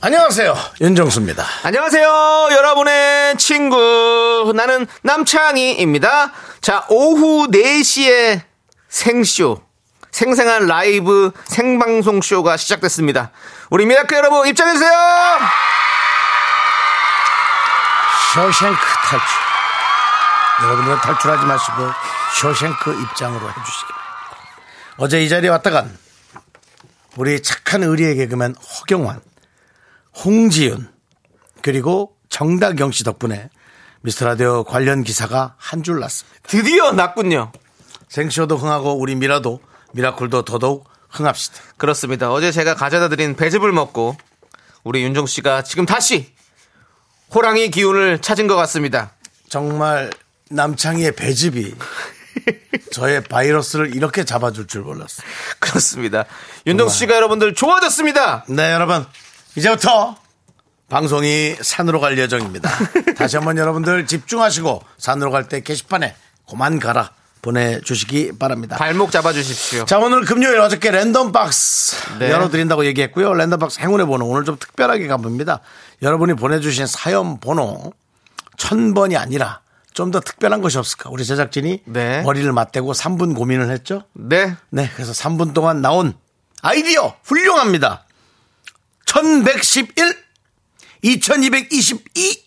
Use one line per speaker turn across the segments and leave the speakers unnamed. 안녕하세요. 윤정수입니다.
안녕하세요, 여러분의 친구. 나는 남창희입니다. 자, 오후 4시에 생쇼. 생생한 라이브 생방송 쇼가 시작됐습니다. 우리 미라클 여러분 입장해주세요!
쇼생크 탈출. 여러분들 탈출하지 마시고 쇼생크 입장으로 해주시기 바랍니다. 어제 이 자리에 왔다간 우리 착한 의리의 개그맨 허경환, 홍지윤, 그리고 정다경 씨 덕분에 미스터라디오 관련 기사가 한 줄 났습니다.
드디어 났군요.
생쇼도 흥하고 우리 미라도 미라클도 더더욱 흥합시다.
그렇습니다. 어제 제가 가져다 드린 배즙을 먹고 우리 윤종 씨가 지금 다시 호랑이 기운을 찾은 것 같습니다.
정말 남창희의 배즙이 저의 바이러스를 이렇게 잡아줄 줄 몰랐어요.
그렇습니다. 윤종 씨가 여러분들 좋아졌습니다.
네, 여러분. 이제부터 방송이 산으로 갈 예정입니다. 다시 한번 여러분들 집중하시고 산으로 갈 때 게시판에 고만 가라 보내주시기 바랍니다.
발목 잡아주십시오.
자, 오늘 금요일 어저께 랜덤박스
네.
열어드린다고 얘기했고요. 랜덤박스 행운의 번호 오늘 좀 특별하게 가봅니다. 여러분이 보내주신 사연 번호 천번이 아니라 좀 더 특별한 것이 없을까? 우리 제작진이
네.
머리를 맞대고 3분 고민을 했죠.
네.
네, 그래서 3분 동안 나온 아이디어 훌륭합니다. 1111, 2222,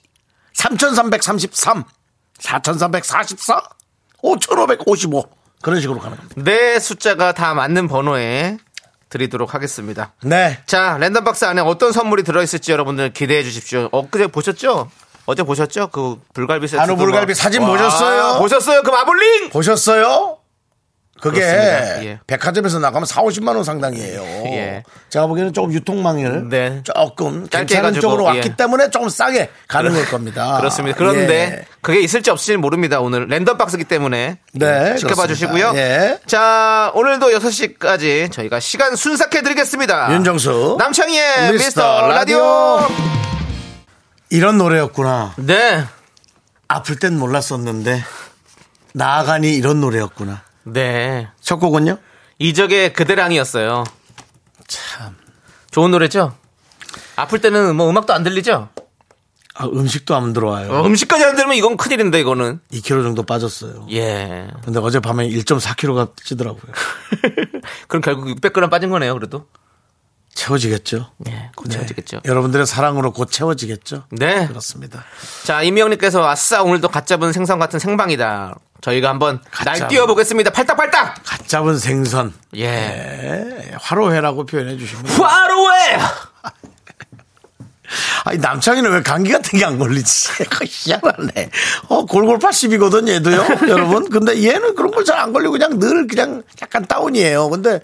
3333, 4344, 5555 그런 식으로 가는 겁니다.
네 숫자가 다 맞는 번호에 드리도록 하겠습니다.
네.
자, 랜덤박스 안에 어떤 선물이 들어있을지 여러분들 기대해 주십시오. 어, 엊그제 보셨죠? 어제 보셨죠? 그 불갈비 세트.
한우 불갈비 사진 보셨어요?
보셨어요? 그럼 아볼링!
보셨어요? 그게
그렇습니다. 예.
백화점에서 나가면 4, 50만 원 상당이에요.
예.
제가 보기에는 조금 유통망을
네.
조금
짧게
괜찮은
해가지고,
쪽으로
예.
왔기 때문에 조금 싸게 가는 걸 겁니다. 예.
그렇습니다. 그런데 그게 있을지 없을지는 모릅니다. 오늘 랜덤박스기 때문에
네,
지켜봐
그렇습니다.
주시고요.
예.
자, 오늘도 6시까지 저희가 시간 순삭해 드리겠습니다.
윤정수. 미스터
남창희의 미스터 라디오.
예. 이런 노래였구나.
네.
아플 땐 몰랐었는데 나아가니 이런 노래였구나.
네.
첫 곡은요?
이적의 그대랑이었어요. 참. 좋은 노래죠? 아플 때는 뭐 음악도 안 들리죠?
아, 음식도 안 들어와요.
어, 음식까지 안 들으면 이건 큰일인데, 이거는.
2kg 정도 빠졌어요.
예.
근데 어젯밤에 1.4kg가 찌더라고요.
그럼 결국 600g 빠진 거네요, 그래도.
채워지겠죠?
예, 곧 채워지겠죠.
네. 여러분들의 사랑으로 곧 채워지겠죠?
네.
그렇습니다.
자, 임영님께서 아싸, 오늘도 갓 잡은 생선 같은 생방이다. 저희가 한번
갓
날
잡은.
뛰어보겠습니다. 팔딱팔딱!
갓 잡은 생선.
예.
네, 화로회라고 표현해 주시면.
화로해!
아니, 남창이는 왜 감기 같은 게 안 걸리지? 희한하네. 어, 골골 80이거든, 얘도요, 여러분. 근데 얘는 그런 걸 잘 안 걸리고 그냥 늘 그냥 약간 다운이에요. 근데,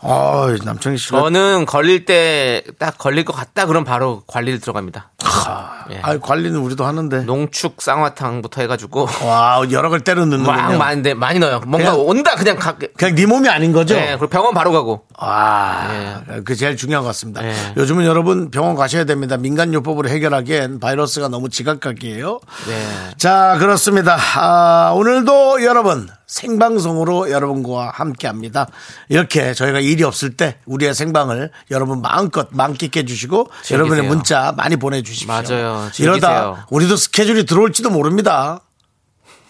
아 남창이 씨가.
저는 걸릴 때 딱 걸릴 것 같다. 그럼 바로 관리를 들어갑니다.
아, 아이, 관리는 우리도 하는데.
농축 쌍화탕부터 해가지고.
와, 여러 걸 때려
막
넣는군요.
많이, 많이 넣어요. 뭔가
그냥-
온다, 그냥 가,
그냥 네 몸이 아닌 거죠?
네, 그리고 병원 바로 가고.
아, 그 제일 중요한 것 같습니다.
예.
요즘은 여러분 병원 가셔야 됩니다. 민간요법으로 해결하기엔 바이러스가 너무 지각각이에요.
네.
자, 그렇습니다. 아, 오늘도 여러분 생방송으로 여러분과 함께 합니다. 이렇게 저희가 일이 없을 때 우리의 생방을 여러분 마음껏 만끽해 주시고 여러분의 문자 많이 보내주십시오.
맞아요. 즐기세요.
이러다 우리도 스케줄이 들어올지도 모릅니다.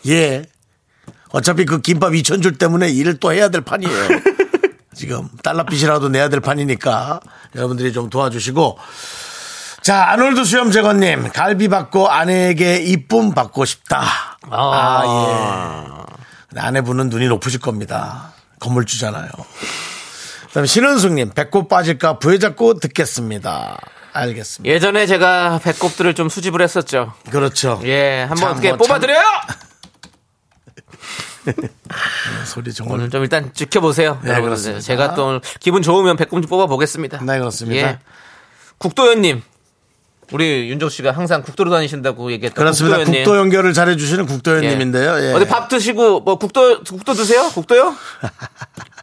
예. 어차피 그 김밥 2천 줄 때문에 일을 또 해야 될 판이에요. 지금 달러빚이라도 내야 될 판이니까 여러분들이 좀 도와주시고 자 아놀드 수염 재건님 갈비 받고 아내에게 이쁨 받고 싶다. 아 예. 근데 아내분은 눈이 높으실 겁니다. 건물주잖아요. 그다음에 신은숙님 배꼽 빠질까 부여 잡고 듣겠습니다. 알겠습니다.
예전에 제가 배꼽들을 좀 수집을 했었죠.
그렇죠.
예, 한번
참,
어떻게
뭐 참-
뽑아드려요!
소리 정말
예. 오늘 좀 일단 지켜보세요.
네,
여러분들.
그렇습니다.
제가 또 오늘 기분 좋으면 배꼽 좀 뽑아보겠습니다.
네, 그렇습니다.
국도연님, 예. 우리 윤정 씨가 항상 국도로 다니신다고 얘기했던
그렇습니다.
국도연님.
국도 연결을 잘해주시는
예.
국도연님인데요. 예.
어디 밥 드시고 뭐 국도 국도 드세요? 국도요?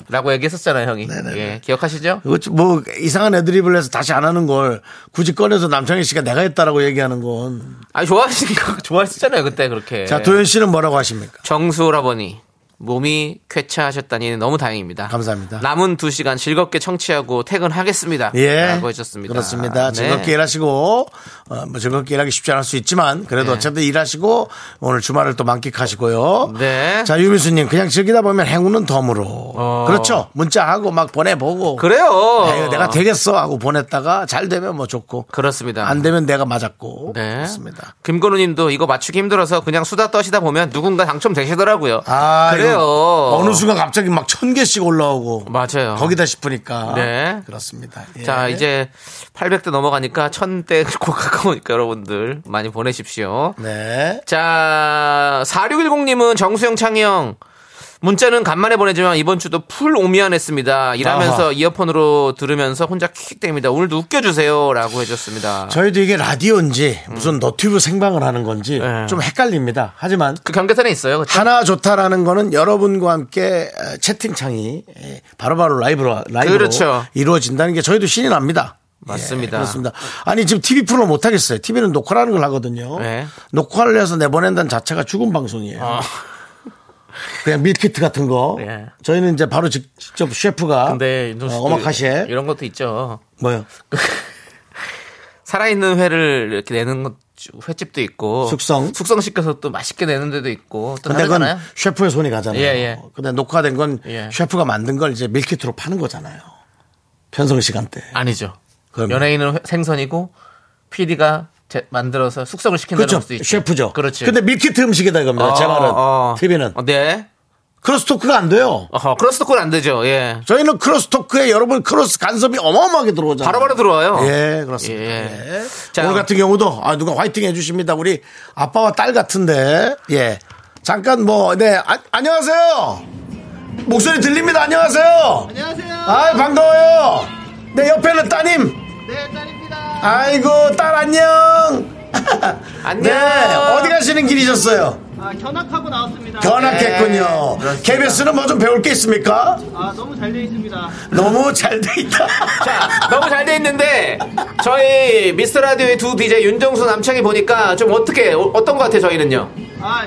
라고 얘기했었잖아요, 형이.
네,
예, 기억하시죠?
이거 좀뭐 이상한 애드립을 해서 다시 안 하는 걸 굳이 꺼내서 남창희 씨가 내가 했다라고 얘기하는 건.
아니 좋아하시니까 좋아했었잖아요, 그때 그렇게.
자, 도현 씨는 뭐라고 하십니까?
정수라버니 몸이 쾌차하셨다니 너무 다행입니다.
감사합니다.
남은 두 시간 즐겁게 청취하고 퇴근하겠습니다.
예.
라고 해주셨습니다.
그렇습니다.
네.
즐겁게 일하시고, 어, 뭐 즐겁게 일하기 쉽지 않을 수 있지만, 그래도
네.
어쨌든 일하시고, 오늘 주말을 또 만끽하시고요.
네.
자, 유미수님, 그냥 즐기다 보면 행운은 덤으로.
어.
그렇죠. 문자하고 막 보내보고.
그래요.
아유, 네, 내가 되겠어 하고 보냈다가 잘 되면 뭐 좋고.
그렇습니다.
안 되면 내가 맞았고.
네.
그렇습니다.
김건우님도 이거 맞추기 힘들어서 그냥 수다 떠시다 보면 누군가 당첨되시더라고요.
아,
그래요.
이거 어느 순간 갑자기 막 천 개씩 올라오고.
맞아요.
거기다 싶으니까.
네.
그렇습니다. 예.
자 이제 800대 넘어가니까 1000대 곧 가까우니까 여러분들 많이 보내십시오.
네.
자 4610님은 정수영 창영 문자는 간만에 보내지만 이번 주도 풀 오미안했습니다. 일하면서
아하.
이어폰으로 들으면서 혼자 킥킥댑니다. 오늘도 웃겨주세요라고 해줬습니다.
저희도 이게 라디오인지 무슨 너튜브 생방을 하는 건지
음. 네.
좀 헷갈립니다. 하지만
그 경계선에 있어요. 그쵸?
하나 좋다라는 거는 여러분과 함께 에, 채팅창이 에, 바로바로 라이브로 라이브로
그렇죠.
이루어진다는 게 저희도 신이 납니다.
맞습니다.
예, 그렇습니다. 아니 지금 TV 프로 못 하겠어요. TV는 녹화라는 걸 하거든요.
네. 아.
녹화를 해서 내보낸다는 자체가 죽은 방송이에요. 그냥 밀키트 같은 거.
예.
저희는 이제 바로 직, 접 셰프가
근데 윤종 씨도
어, 오마카시에
그 이런 것도 있죠.
뭐요?
살아있는 회를 이렇게 내는 것 횟집도 있고
숙성.
숙성시켜서 또 맛있게 내는 데도 있고 또
근데 그건
다르잖아요.
셰프의 손이 가잖아요.
예, 예.
근데 녹화된 건
예.
셰프가 만든 걸 이제 밀키트로 파는 거잖아요. 편성 시간대.
아니죠.
그럼요.
연예인은 회- 생선이고 PD가 만들어서 숙성을 시킨다는
그렇죠.
것도 있죠.
셰프죠.
그렇지. 아,
근데 밀키트 음식이다 이겁니다. 아, 제 말은. TV는.
어, 네.
크로스토크가 안 돼요.
어허, 크로스 토크는 안 되죠. 예.
저희는 크로스토크에 여러분 크로스 간섭이 어마어마하게 들어오잖아요.
바로바로 들어와요.
예, 그렇습니다.
예.
예.
자.
오늘 같은 경우도 아, 누가 화이팅 해주십니다. 우리 아빠와 딸 같은데. 예. 잠깐 뭐, 네. 아, 안녕하세요. 목소리 들립니다. 안녕하세요. 안녕하세요. 아 반가워요. 내 옆에는 따님. 네, 딸입니다. 아이고, 딸 안녕.
안녕.
네. 어디 가시는 길이셨어요?
아, 견학하고 나왔습니다.
네,
견학했군요. KBS는 뭐 좀 배울 게 있습니까?
아 너무 잘 돼 있습니다.
너무 잘 돼 있다.
자, 너무 잘 돼 있는데 저희 미스터 라디오의 두 DJ 윤정수 남창이 보니까 좀 어떻게 어, 어떤 것 같아요, 저희는요?
아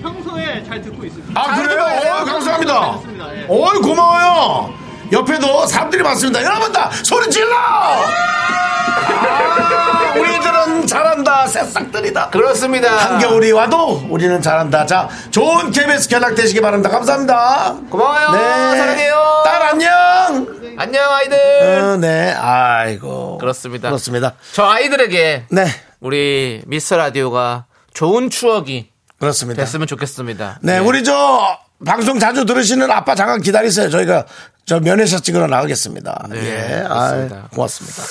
평소에 잘 듣고 있습니다.
아,
잘
그래요?
들어가세요.
어이, 감사합니다.
알겠습니다. 예.
어이, 고마워요. 옆에도 사람들이 많습니다. 여러분 다 소리 질러! 아, 우리들은 잘한다. 새싹들이다.
그렇습니다.
한겨울이 와도 우리는 잘한다. 자, 좋은 KBS 견학 되시기 바랍니다. 감사합니다. 네.
고마워요. 사랑해요.
딸 안녕.
안녕 아이들.
어, 네. 아이고.
그렇습니다.
그렇습니다.
저 아이들에게
네.
우리 미스터 라디오가 좋은 추억이
그렇습니다.
됐으면 좋겠습니다.
네,
예.
우리 저 방송 자주 들으시는 아빠 잠깐 기다리세요. 저희가 저 면회샷 찍으러 나가겠습니다.
네,
예,
그렇습니다.
아, 고맙습니다.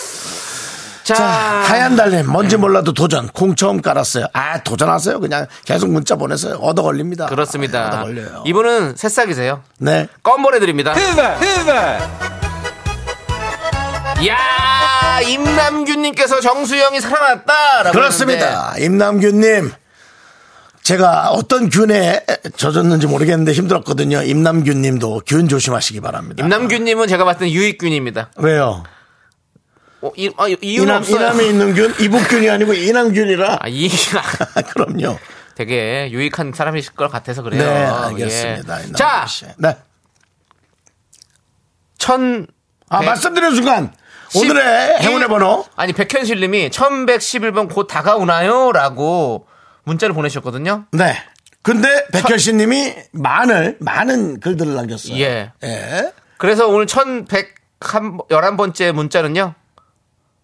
자,
자, 하얀 달님 뭔지
네.
몰라도 도전. 공 처음 깔았어요. 아, 도전하세요. 그냥 계속 문자 보내세요. 얻어 걸립니다. 아, 얻어
그렇습니다.
걸려요.
이분은 새싹이세요.
네.
껌 보내드립니다. 야 임남균님께서 정수영이 살아났다라고 했는데
그렇습니다. 임남균님. 제가 어떤 균에 젖었는지 모르겠는데 힘들었거든요. 임남균님도 균 조심하시기 바랍니다.
임남균님은 제가 봤을 때 유익균입니다.
왜요?
어, 이, 아, 이유는
이남,
없어요.
이남에 있는 균, 이북균이 아니고 이남균이라.
아, 이,
그럼요.
되게 유익한 사람이실 것 같아서 그래요.
네, 알겠습니다.
예.
이남균
자,
씨. 네.
천.
아,
백-
말씀드린 순간 오늘의
십-
행운의
일-
번호
아니 백현실님이 1111번 곧 다가오나요라고 문자를 보내셨거든요.
네. 근데 백현신 님이 많을 많은 글들을 남겼어요.
예.
예.
그래서 오늘 1111번째 문자는요.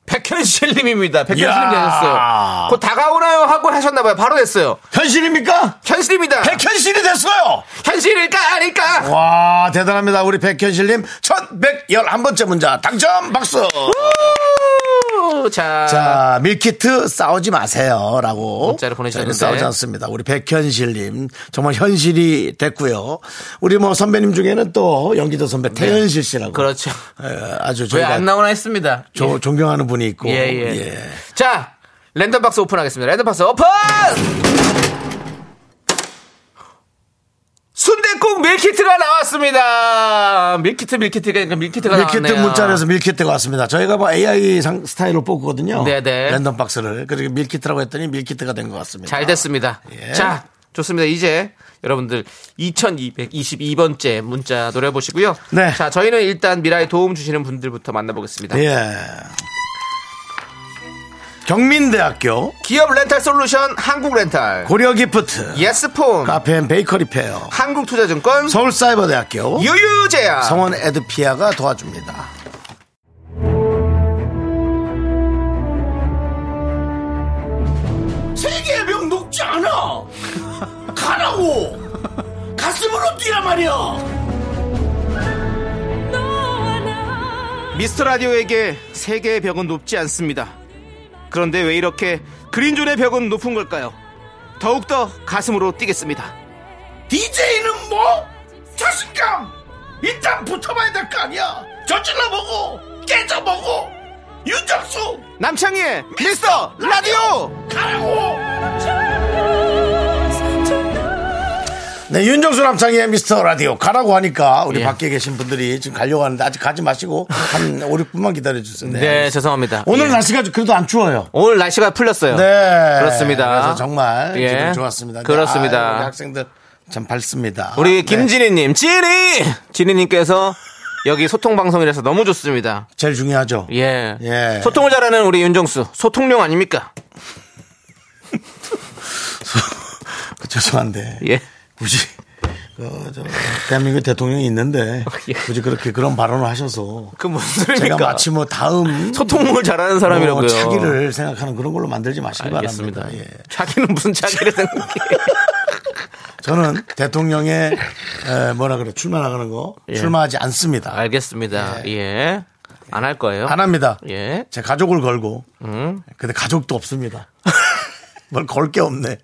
백현실님입니다. 백현실님
야.
되셨어요. 곧 다가오나요 하고 하셨나봐요. 바로 됐어요.
현실입니까?
현실입니다.
백현신이 어. 됐어요.
현실일까 아닐까?
와, 대단합니다. 우리 백현실 님 1111번째 문자 당첨 박수.
우! 자,
자, 밀키트 싸우지 마세요. 라고.
문자를 보내주셨는데.
저희는 싸우지 않습니다. 우리 백현실님. 정말 현실이 됐고요. 우리 뭐 선배님 중에는 또 연기자 선배 태현실 씨라고.
네. 그렇죠.
예, 아주
왜 예.
저희가
안 나오나 했습니다.
조- 존경하는 분이 있고.
예, 예.
예.
자, 랜덤박스 오픈하겠습니다. 랜덤박스 오픈! 순대국 밀키트가 나왔습니다. 밀키트, 밀키트가, 그러니까 밀키트가
밀키트
나왔네요.
문자에서 밀키트가 왔습니다. 저희가 뭐 AI 상, 스타일로 뽑거든요.
네네.
랜덤 박스를. 그리고 밀키트라고 했더니 밀키트가 된 것 같습니다.
잘 됐습니다.
예.
자, 좋습니다. 이제 여러분들 2222번째 문자 노려보시고요.
네.
자, 저희는 일단 미라에 도움 주시는 분들부터 만나보겠습니다.
예. 경민대학교
기업 렌탈 솔루션 한국 렌탈.
고려기프트
예스폼.
카페 베이커리 페어
한국투자증권.
서울사이버대학교
유유제야.
성원 에드피아가 도와줍니다. 세계의 병 녹지 않아. 가라고. 가슴으로 뛰란 말이야.
미스터 라디오에게 세계의 벽은 높지 않습니다. 그런데 왜 이렇게 그린존의 벽은 높은 걸까요? 더욱더 가슴으로 뛰겠습니다.
DJ는 뭐? 자신감. 일단 붙어봐야 될 거 아니야. 저질러 보고 깨져 보고 윤정수
남창희의 미스터 라디오!
가라고. 네, 윤정수 남창희의 미스터 라디오 가라고 하니까 우리
예.
밖에 계신 분들이 지금 가려고 하는데 아직 가지 마시고 한 5, 6분만 기다려주세요.
네, 죄송합니다.
오늘
예.
날씨가 그래도 안 추워요.
오늘 날씨가 풀렸어요.
네.
그렇습니다.
그래서 정말
예.
기분 좋았습니다.
그렇습니다.
아, 우리 학생들 참 밝습니다.
우리
네.
김진희님, 진희! 진희님께서 여기 소통방송이라서 너무 좋습니다.
제일 중요하죠.
예.
예.
소통을 잘하는 우리 윤정수. 소통령 아닙니까?
죄송한데
예.
굳이 그, 저, 대한민국 대통령이 있는데
예.
굳이 그렇게 그런 발언을 하셔서
그 무슨 소리입니까?
제가 마치 뭐 다음
소통을 잘하는 사람이라고요.
어, 차기를 생각하는 그런 걸로 만들지 마시기
알겠습니다.
바랍니다. 예.
자기는 무슨 자기를 생각해.
저는 대통령의 에, 뭐라 그래 출마나가는 거
예.
출마하지 않습니다.
알겠습니다. 예. 안 할 거예요.
안 합니다.
예. 음.
제 가족을 걸고 근데 가족도 없습니다. 뭘 걸 게 없네.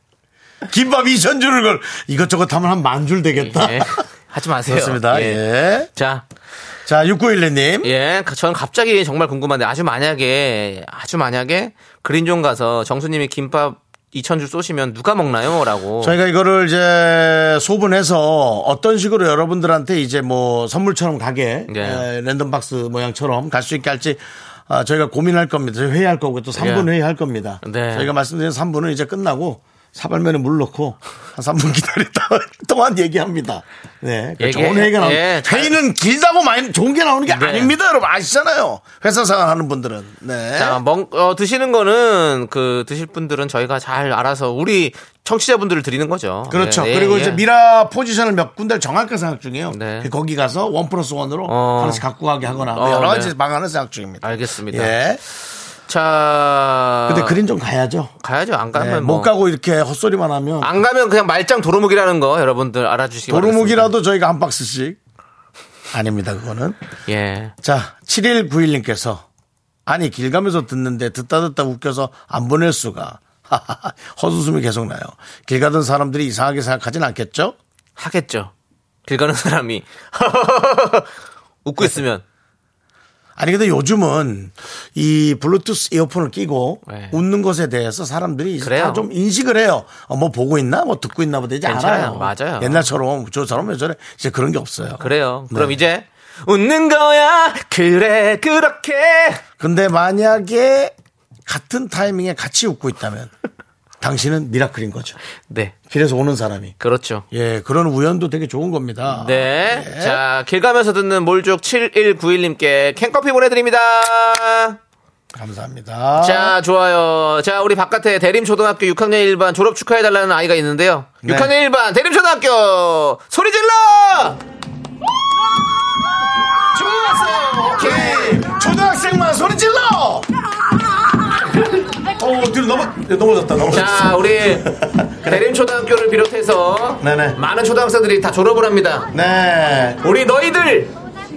김밥 2천 줄을 걸 이것저것 하면 한 만 줄 되겠다.
예. 하지 마세요.
그렇습니다. 예.
자,
자 6911님
예. 저는 갑자기 정말 궁금한데 아주 만약에 아주 만약에 그린존 가서 정수님이 김밥 2,000줄 쏘시면 누가 먹나요? 라고.
저희가 이거를 이제 소분해서 어떤 식으로 여러분들한테 이제 뭐 선물처럼 가게
네.
에, 랜덤박스 모양처럼 갈 수 있게 할지 아, 저희가 고민할 겁니다. 저희 회의할 거고 또 3분
예.
회의할 겁니다.
네.
저희가 말씀드린 3분은 이제 끝나고 사발면에 물 넣고 한 3분 기다렸다 동안 얘기합니다. 네. 그
얘기-
좋은 회의가 나오
예, 잘-
회의는 길다고 많이 좋은 게 나오는 게
네.
아닙니다. 여러분 아시잖아요. 회사 생활 하는 분들은. 네.
자, 먹, 어, 드시는 거는 그 드실 분들은 저희가 잘 알아서 우리 청취자분들을 드리는 거죠.
그렇죠.
예, 예,
그리고
예.
이제 미라 포지션을 몇 군데를 정할까 생각 중이에요. 그
네.
거기 가서 원 플러스 원으로
어.
하나씩 갖고 가게 하거나 뭐
어,
여러
네.
가지 방안을 생각 중입니다.
알겠습니다.
예.
자.
근데 그린 좀 가야죠.
가야죠. 안
예,
가면 뭐. 아,
못 가고 이렇게 헛소리만 하면
안 가면 그냥 말짱 도루묵이라는 거 여러분들 알아주시기 바랍니다.
도루묵이라도 저희가 한 박스씩 아닙니다. 그거는
예.
자 7191님께서 아니 길 가면서 듣는데 듣다 듣다 웃겨서 안 보낼 수가 헛웃음이 계속 나요. 길 가던 사람들이 이상하게 생각하진 않겠죠?
하겠죠. 길 가는 사람이. 웃고 있으면.
아니 근데 요즘은 이 블루투스 이어폰을 끼고
네.
웃는 것에 대해서 사람들이 이제
그래요.
다 좀 인식을 해요. 어, 뭐 보고 있나, 뭐 듣고 있나 보다 이제 알아요.
괜찮아요. 맞아요.
옛날처럼 저처럼 예전에 이제 그런 게 없어요.
그래요. 그럼
네.
이제 웃는 거야. 그래, 그렇게.
근데 만약에 같은 타이밍에 같이 웃고 있다면 당신은 미라클인 거죠.
네.
길에서 오는 사람이.
그렇죠.
예, 그런 우연도 되게 좋은 겁니다.
네.
예.
자, 길 가면서 듣는 몰족 7191님께 캔커피 보내드립니다.
감사합니다.
자, 좋아요. 자, 우리 바깥에 대림초등학교 6학년 1반 졸업 축하해달라는 아이가 있는데요.
네.
6학년 1반 대림초등학교 소리 질러! 좋았어요. 오케이.
예, 초등학생만 소리 질러! 어, 뒤로 넘어, 넘어졌다, 넘어졌다.
자, 우리 대림초등학교를 비롯해서
네네.
많은 초등학생들이 다 졸업을 합니다.
네.
우리 너희들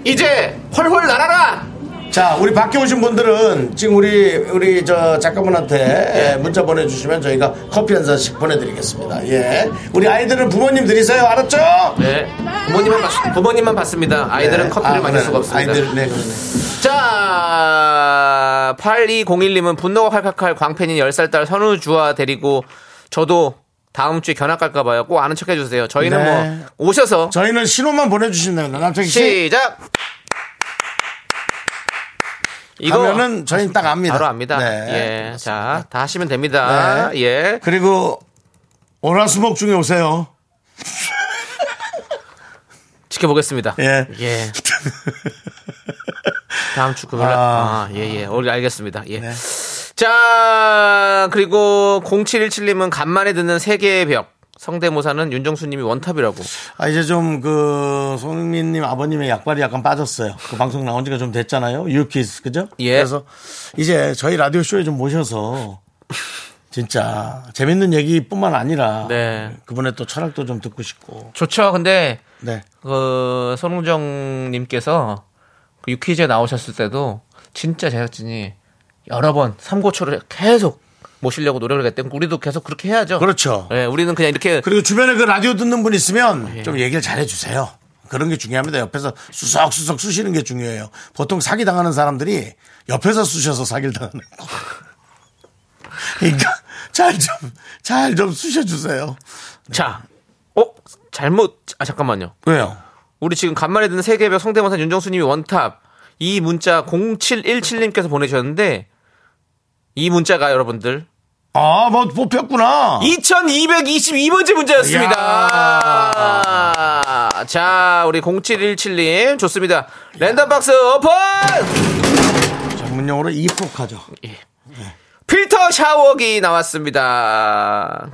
이제 훨훨 날아라.
자, 우리 밖에 오신 분들은 지금 우리 우리 저 작가분한테 예, 문자 보내주시면 저희가 커피 한 잔씩 보내드리겠습니다. 예, 우리 아이들은 부모님 드리세요. 알았죠?
네. 부모님만 받, 부모님만 받습니다. 아이들은
네.
커피를
아,
마실
그러네.
수가 없습니다.
아이들, 네, 그러네.
자, 8201님은 분노가 칼칼칼 광팬인 10살 딸 선우주와 데리고 저도 다음 주에 견학 갈까봐요. 꼭 아는 척 해주세요. 저희는
네.
뭐 오셔서
저희는 신호만 보내주시면 됩니다. 남창희 씨.
시작! 이거
하면은 저희는 딱 압니다.
바로 압니다.
네.
예. 자, 다 하시면 됩니다.
네.
예.
그리고 오라수목 중에 오세요.
지켜보겠습니다.
예.
예. 다음 주 금요일. 날- 아, 예, 예. 우리 알겠습니다. 예. 자, 그리고 0717님은 간만에 듣는 세계의 벽. 성대모사는 윤정수님이 원탑이라고.
아, 이제 좀, 그, 손흥민님 아버님의 약발이 약간 빠졌어요. 그 방송 나온 지가 좀 됐잖아요. 유키스, 그죠?
예.
그래서 이제 저희 라디오쇼에 좀 모셔서 진짜 재밌는 얘기뿐만 아니라
네.
그분의 또 철학도 좀 듣고 싶고.
좋죠. 근데
네.
그 손흥정님께서 그 유퀴즈에 나오셨을 때도 진짜 제작진이 여러 번 삼고초를 계속 모시려고 노력을 했대요. 그러니까 우리도 계속 그렇게 해야죠.
그렇죠.
예, 우리는 그냥 이렇게
그리고 주변에 그 라디오 듣는 분 있으면 좀 얘기를 잘 해주세요. 그런 게 중요합니다. 옆에서 수석수석 쑤시는 게 중요해요. 보통 사기 당하는 사람들이 옆에서 쑤셔서 사기를 당하는 거. 그러니까 잘 좀, 잘 좀 쑤셔주세요.
자, 어 잘못 아 잠깐만요.
왜요?
우리 지금 간만에 듣는 세계별 성대모사 윤정수님이 원탑 이 문자 0717님께서 보내주셨는데 이 문자가 여러분들
아, 뭐
아.
뽑혔구나.
2222번째 문제였습니다. 자, 우리 0717님 좋습니다. 랜덤 박스 오픈!
전문용어로 이폭하죠.
필터 샤워기 나왔습니다.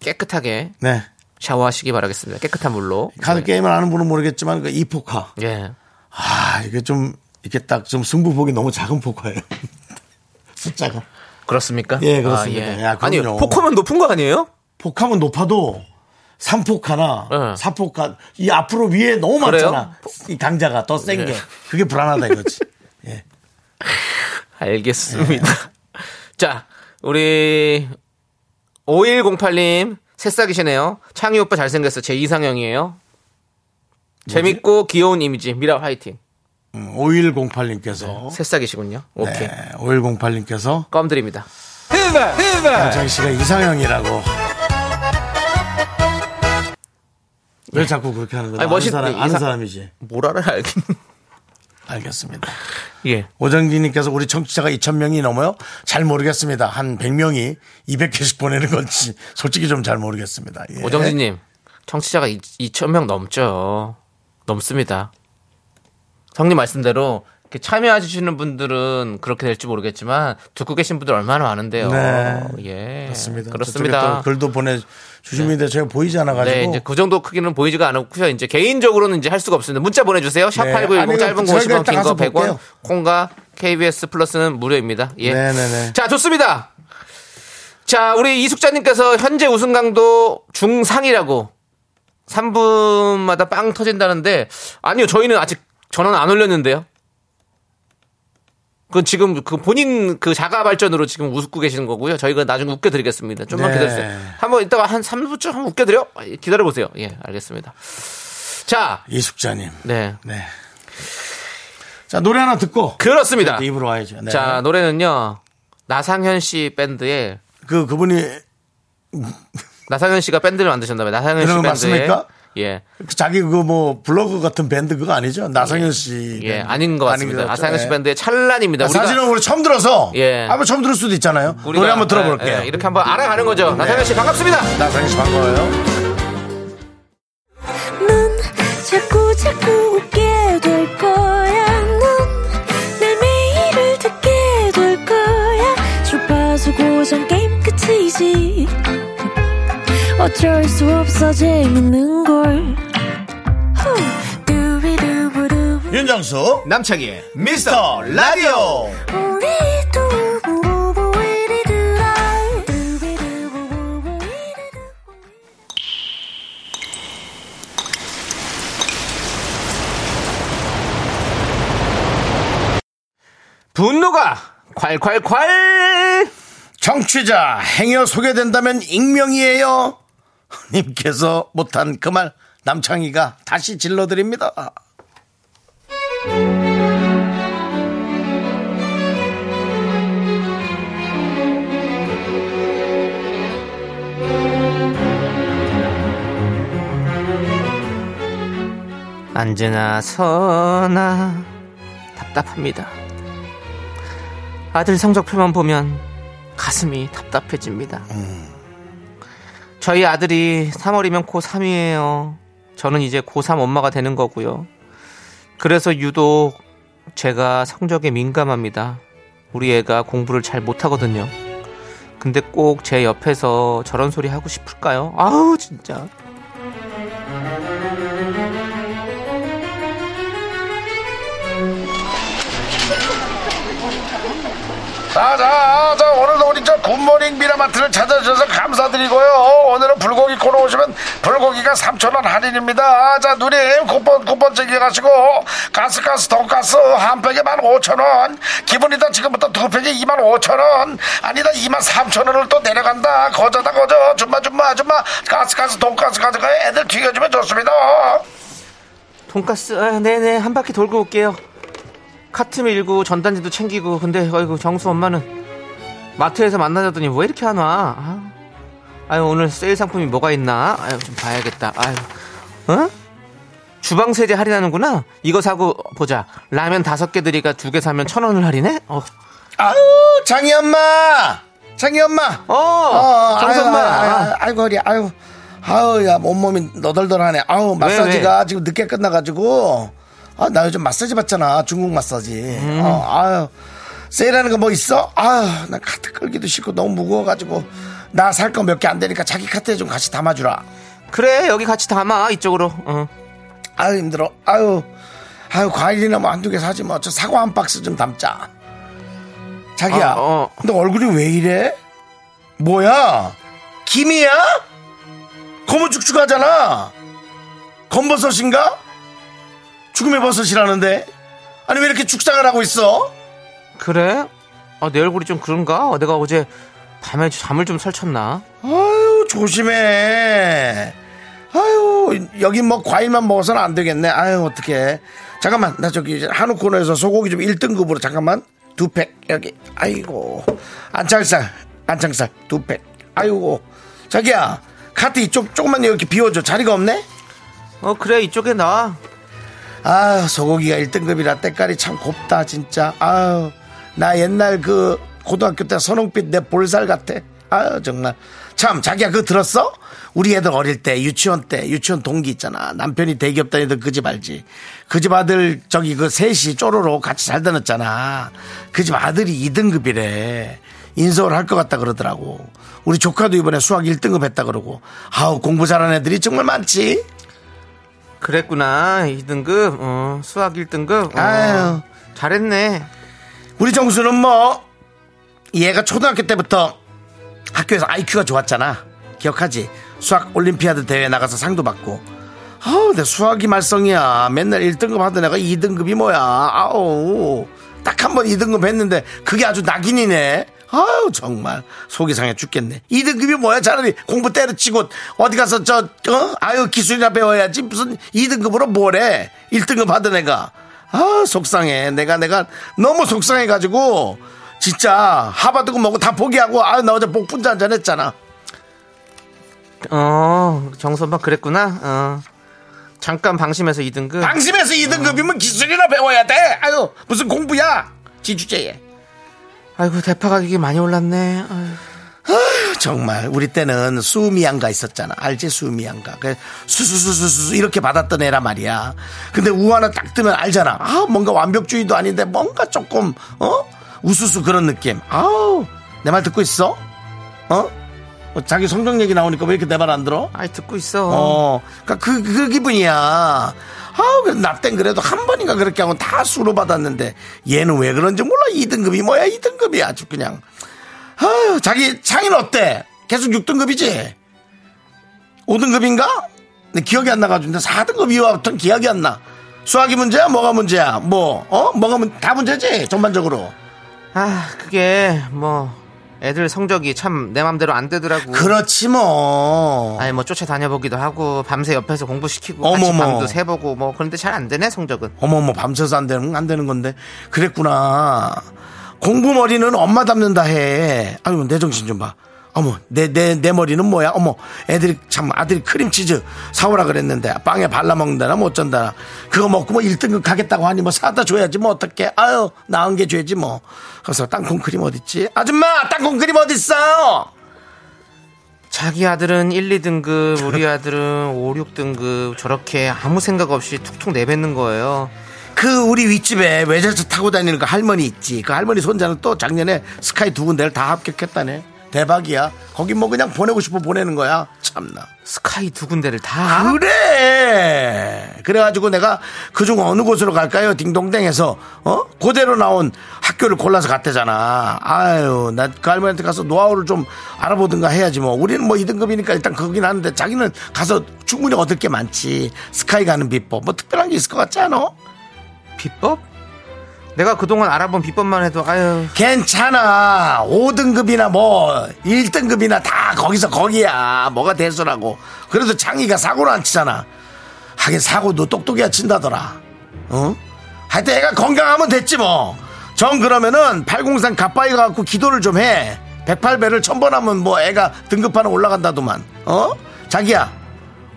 깨끗하게
네.
샤워하시기 바라겠습니다. 깨끗한 물로.
카드 게임을 아는 분은 모르겠지만 그 이폭하.
예.
아, 이게 좀 이게 딱 좀 승부복이 너무 작은 포카예요. 숫자가.
그렇습니까?
예, 그렇습니다.
아,
야,
니
그럼요.
포커면 높은 거 아니에요?
폭하면 높아도 삼폭하나
예.
사폭하 이 앞으로 위에 너무
그래요?
많잖아. 이 강자가 더 센 게.
예.
그게 불안하다 이거지. 예.
알겠습니다. 자, 우리 5108님 새싹이시네요. 창희 오빠 잘생겼어. 제 이상형이에요. 재밌고 귀여운 이미지. 미라 화이팅.
음, 5108님께서
새싹이시군요. 오케이.
어? 네, 5108님께서
껌 드립니다.
남창희 씨가 이상형이라고. 왜 자꾸 그렇게 하는 거야?
네. 아니,
아는,
멋있-
사람, 아는
이상-
사람이지.
뭘 알아야 알겠
알겠습니다.
예.
오정진님께서 우리 청취자가 2,000명이 넘어요? 잘 모르겠습니다. 한 100명이 200개씩 보내는 건지 솔직히 좀 잘 모르겠습니다. 예.
오정진님, 청취자가 2,000명 넘죠. 넘습니다. 성님 말씀대로 이렇게 참여해주시는 분들은 그렇게 될지 모르겠지만 듣고 계신 분들 얼마나 많은데요.
네.
예.
그렇습니다. 저쪽에
그렇습니다.
또 글도 보내주시는데 제가 보이지 않아가지고.
네, 이제 그 정도 크기는 보이지가 않고요. 이제 개인적으로는 이제 할 수가 없습니다. 문자 보내주세요. 샵
네.
8910
아니,
짧은
저희가
50원,
일단 가서
긴거 100원,
볼게요.
콩과 KBS 플러스는 무료입니다. 예.
네, 네, 네.
자, 좋습니다. 자, 우리 이숙자님께서 현재 우승 강도 중상이라고 3분마다 빵 터진다는데 아니요, 저희는 아직 전원 안 올렸는데요. 그건 지금 그 본인 그 자가 발전으로 지금 웃고 계시는 거고요. 저희가 나중에 웃겨드리겠습니다. 좀만
네.
기다려주세요. 한번 이따가 한 3부쯤 한번 웃겨드려? 기다려보세요. 예, 알겠습니다. 자,
이숙자님.
네.
네. 자, 노래 하나 듣고.
그렇습니다.
입으로 와야죠. 네.
자, 노래는요. 나상현 씨 밴드의
그, 그분이
나상현 씨가 밴드를 만드셨나봐요. 나상현 씨
이름은
밴드의
맞습니까?
예.
자기 그거 뭐 블로그 같은 밴드 그거 아니죠? 나상현 씨.
예,
밴드.
아닌 것 같습니다.
네. 아닌 것 같죠?
나상현 씨
예.
밴드의 찬란입니다.
아,
우리가-
사실은 우리 처음 들어서
예.
한번 처음 들을 수도 있잖아요. 노래 한번 들어볼게요. 네.
예, 예, 이렇게 한번 알아가는 거죠. 나상현 씨 반갑습니다.
나상현 씨 반가워요.
넌 자꾸 자꾸 웃게 될 거야. 넌내 매일을 듣게 될 거야. 주파수 고정 게임 끝이지. 어쩔 수 없어 재밌는 걸. 후. 두비두부두.
윤정수
남창희의
미스터 라디오.
우리 두부부부 우리들아. 두비두부부부 우리들아.
분노가 콸콸콸!
정취자 행여 소개된다면 익명이에요. 님께서 못한 그 말 남창희가 다시 질러드립니다.
언제나 서나 답답합니다. 아들 성적표만 보면 가슴이 답답해집니다. 저희 아들이 3월이면 고3이에요. 저는 이제 고3 엄마가 되는 거고요. 그래서 유독 제가 성적에 민감합니다. 우리 애가 공부를 잘 못하거든요. 근데 꼭 제 옆에서 저런 소리 하고 싶을까요? 아우, 진짜.
자, 자, 자, 오늘도 우리 저 굿모닝 미라마트를 찾아주셔서 감사드리고요. 오늘은 불고기 코너 오시면 불고기가 3,000원 할인입니다. 아, 자, 누님, 쿠폰, 쿠폰 챙겨가시고, 가스가스, 돈가스 한 팩에 15,000원. 기분이다 지금부터 두 팩에 25,000원. 아니다, 23,000원을 또 내려간다. 거저다, 거저. 줌마, 줌마, 아줌마. 가스가스, 돈가스 가져가요. 애들 튀겨주면 좋습니다.
돈가스 아, 네네 한 바퀴 돌고 올게요 카트 밀고 전단지도 챙기고 근데 어이구 정수 엄마는 마트에서 만나자더니 왜 이렇게 안 와? 아, 아유 오늘 세일 상품이 뭐가 있나? 아유 좀 봐야겠다 아유 어? 주방 세제 할인하는구나 이거 사고 보자 라면 다섯 개 드리가 두 개 사면 천 원을 할인해? 어,
아우, 장희 엄마! 장희 엄마!
어,
어,
정수
아유,
엄마
아유,
아,
아유, 아이고 허리 아유 아유 야 온몸이 너덜덜하네 아우 마사지가 지금 늦게 끝나가지고 아 나 요즘 마사지 받잖아 중국 마사지 어, 아유 세일하는 거 뭐 있어 아유 나 카트 끌기도 싫고 너무 무거워가지고 나 살 거 몇 개 안 되니까 자기 카트에 좀 같이 담아주라
그래 여기 같이 담아 이쪽으로 어.
아유 힘들어 아유 아유 과일이나 뭐 한두 개 사지 뭐 저 사과 한 박스 좀 담자 자기야
어, 어.
너 얼굴이 왜 이래 뭐야 김이야 거무죽죽하잖아 검버섯인가 죽음의 버섯이라는데 아니 왜 이렇게 죽상을 하고 있어
그래? 아, 내 얼굴이 좀 그런가? 어, 내가 어제 밤에 잠을 좀 설쳤나?
아유 조심해. 아유 여기 뭐 과일만 먹어서는 안 되겠네. 아유 어떡해. 잠깐만 나 저기 이제 한우 코너에서 소고기 좀 1등급으로 잠깐만 두 팩 여기. 아이고 안창살 안창살 두 팩. 아이고 자기야 카트 이쪽 조금만 이렇게 비워줘 자리가 없네.
어 그래 이쪽에 나와
아유 소고기가 1등급이라 때깔이 참 곱다 진짜 아유 나 옛날 그 고등학교 때 선홍빛 내 볼살 같아 아유 정말 참 자기야 그거 들었어? 우리 애들 어릴 때 유치원 때 유치원 동기 있잖아 남편이 대기업 다니던 그 집 알지 그 집 아들 저기 그 셋이 쪼로로 같이 잘 다녔잖아 그 집 아들이 2등급이래 인서울 할 것 같다 그러더라고 우리 조카도 이번에 수학 1등급 했다 그러고 아우 공부 잘하는 애들이 정말 많지
그랬구나 2등급 어, 수학 1등급 어,
아유.
잘했네
우리 정수는 뭐 얘가 초등학교 때부터 학교에서 IQ가 좋았잖아. 기억하지? 수학 올림피아드 대회 나가서 상도 받고. 아우, 내 수학이 말썽이야. 맨날 1등급 하던 애가 2등급이 뭐야. 아우. 딱 한 번 2등급 했는데 그게 아주 낙인이네. 아우, 정말. 속이 상해 죽겠네. 2등급이 뭐야? 차라리 공부 때려치고 어디 가서 저, 어? 아유, 기술이나 배워야지. 무슨 2등급으로 뭐래. 1등급 하던 애가. 아, 속상해. 내가, 내가 너무 속상해가지고 진짜 하바드고 뭐고 다 포기하고 아 나 어제 복분자 한잔 했잖아
어 정선방 그랬구나 어. 잠깐 방심해서 그. 2등급 어.
방심해서 2등급이면 기술이나 배워야 돼 아유 무슨 공부야 지주제에
아이고 대파 가격이 많이 올랐네 아유.
정말 우리 때는 수미양가 있었잖아 알지 수미양가 그 수수수수수 이렇게 받았던 애라 말이야 근데 우 하나 딱 뜨면 알잖아 아 뭔가 완벽주의도 아닌데 뭔가 조금 어 우수수 그런 느낌 아우 내 말 듣고 있어 어? 어, 자기 성적 얘기 나오니까 왜 이렇게 내 말 안 들어
아이 듣고 있어
어, 그러니까 그, 그 기분이야. 아, 그래도 나땐 그래도 한 번인가 그렇게 하고 다 수로 받았는데 얘는 왜 그런지 몰라. 2등급이 뭐야? 2등급이 아주 그냥. 아유, 자기 창인 어때? 계속 6등급이지? 5등급인가? 내 기억이 안 나가지고 4등급 이후부터는 기억이 안 나. 수학이 문제야? 뭐가 문제야? 뭐, 어? 뭐가 문, 다 문제지? 전반적으로.
아 그게 뭐 애들 성적이 참 내 맘대로 안 되더라고.
그렇지 뭐.
아니 뭐 쫓아다녀보기도 하고 밤새 옆에서 공부시키고 같이
어머머.
밤도 새보고 뭐 그런데 잘 안 되네 성적은.
어머 어머 밤새서 안 되는 안 되는 건데 그랬구나. 공부 머리는 엄마 닮는다 해. 아유 내 정신 좀 봐. 어머 내 내 내 머리는 뭐야? 어머 애들이 참 아들이 크림치즈 사오라 그랬는데 빵에 발라 먹는다나 뭐 어쩐다. 그거 먹고 뭐 1등급 가겠다고 하니 뭐 사다 줘야지 뭐 어떡해. 아유 나은 게 죄지 뭐. 그래서 땅콩 크림 어딨지? 아줌마 땅콩 크림 어딨어?
자기 아들은 1, 2등급, 우리 아들은 5, 6등급 저렇게 아무 생각 없이 툭툭 내뱉는 거예요.
그 우리 윗집에 외제차 타고 다니는 그 할머니 있지. 그 할머니 손자는 또 작년에 스카이 두 군데를 다 합격했다네. 대박이야. 거긴 뭐 그냥 보내고 싶어 보내는 거야. 참나.
스카이 두 군데를 다
그래. 그래가지고 내가 그중 어느 곳으로 갈까요? 딩동댕에서 어 그대로 나온 학교를 골라서 갔대잖아. 아유, 나 그 할머니한테 가서 노하우를 좀 알아보든가 해야지 뭐. 우리는 뭐 2등급이니까 일단 거긴 하는데 자기는 가서 충분히 얻을 게 많지. 스카이 가는 비법 뭐 특별한 게 있을 것 같지 않아?
비법? 내가 그동안 알아본 비법만 해도 아유
괜찮아. 5등급이나 뭐 1등급이나 다 거기서 거기야. 뭐가 대수라고. 그래도 장이가 사고를 안 치잖아. 하긴 사고도 똑똑이야 친다더라. 어? 하여튼 애가 건강하면 됐지 뭐. 전 그러면은 803 가빠이 가갖고 기도를 좀 해. 108배를 천 번 하면 뭐 애가 등급 하나 올라간다더만. 어? 자기야.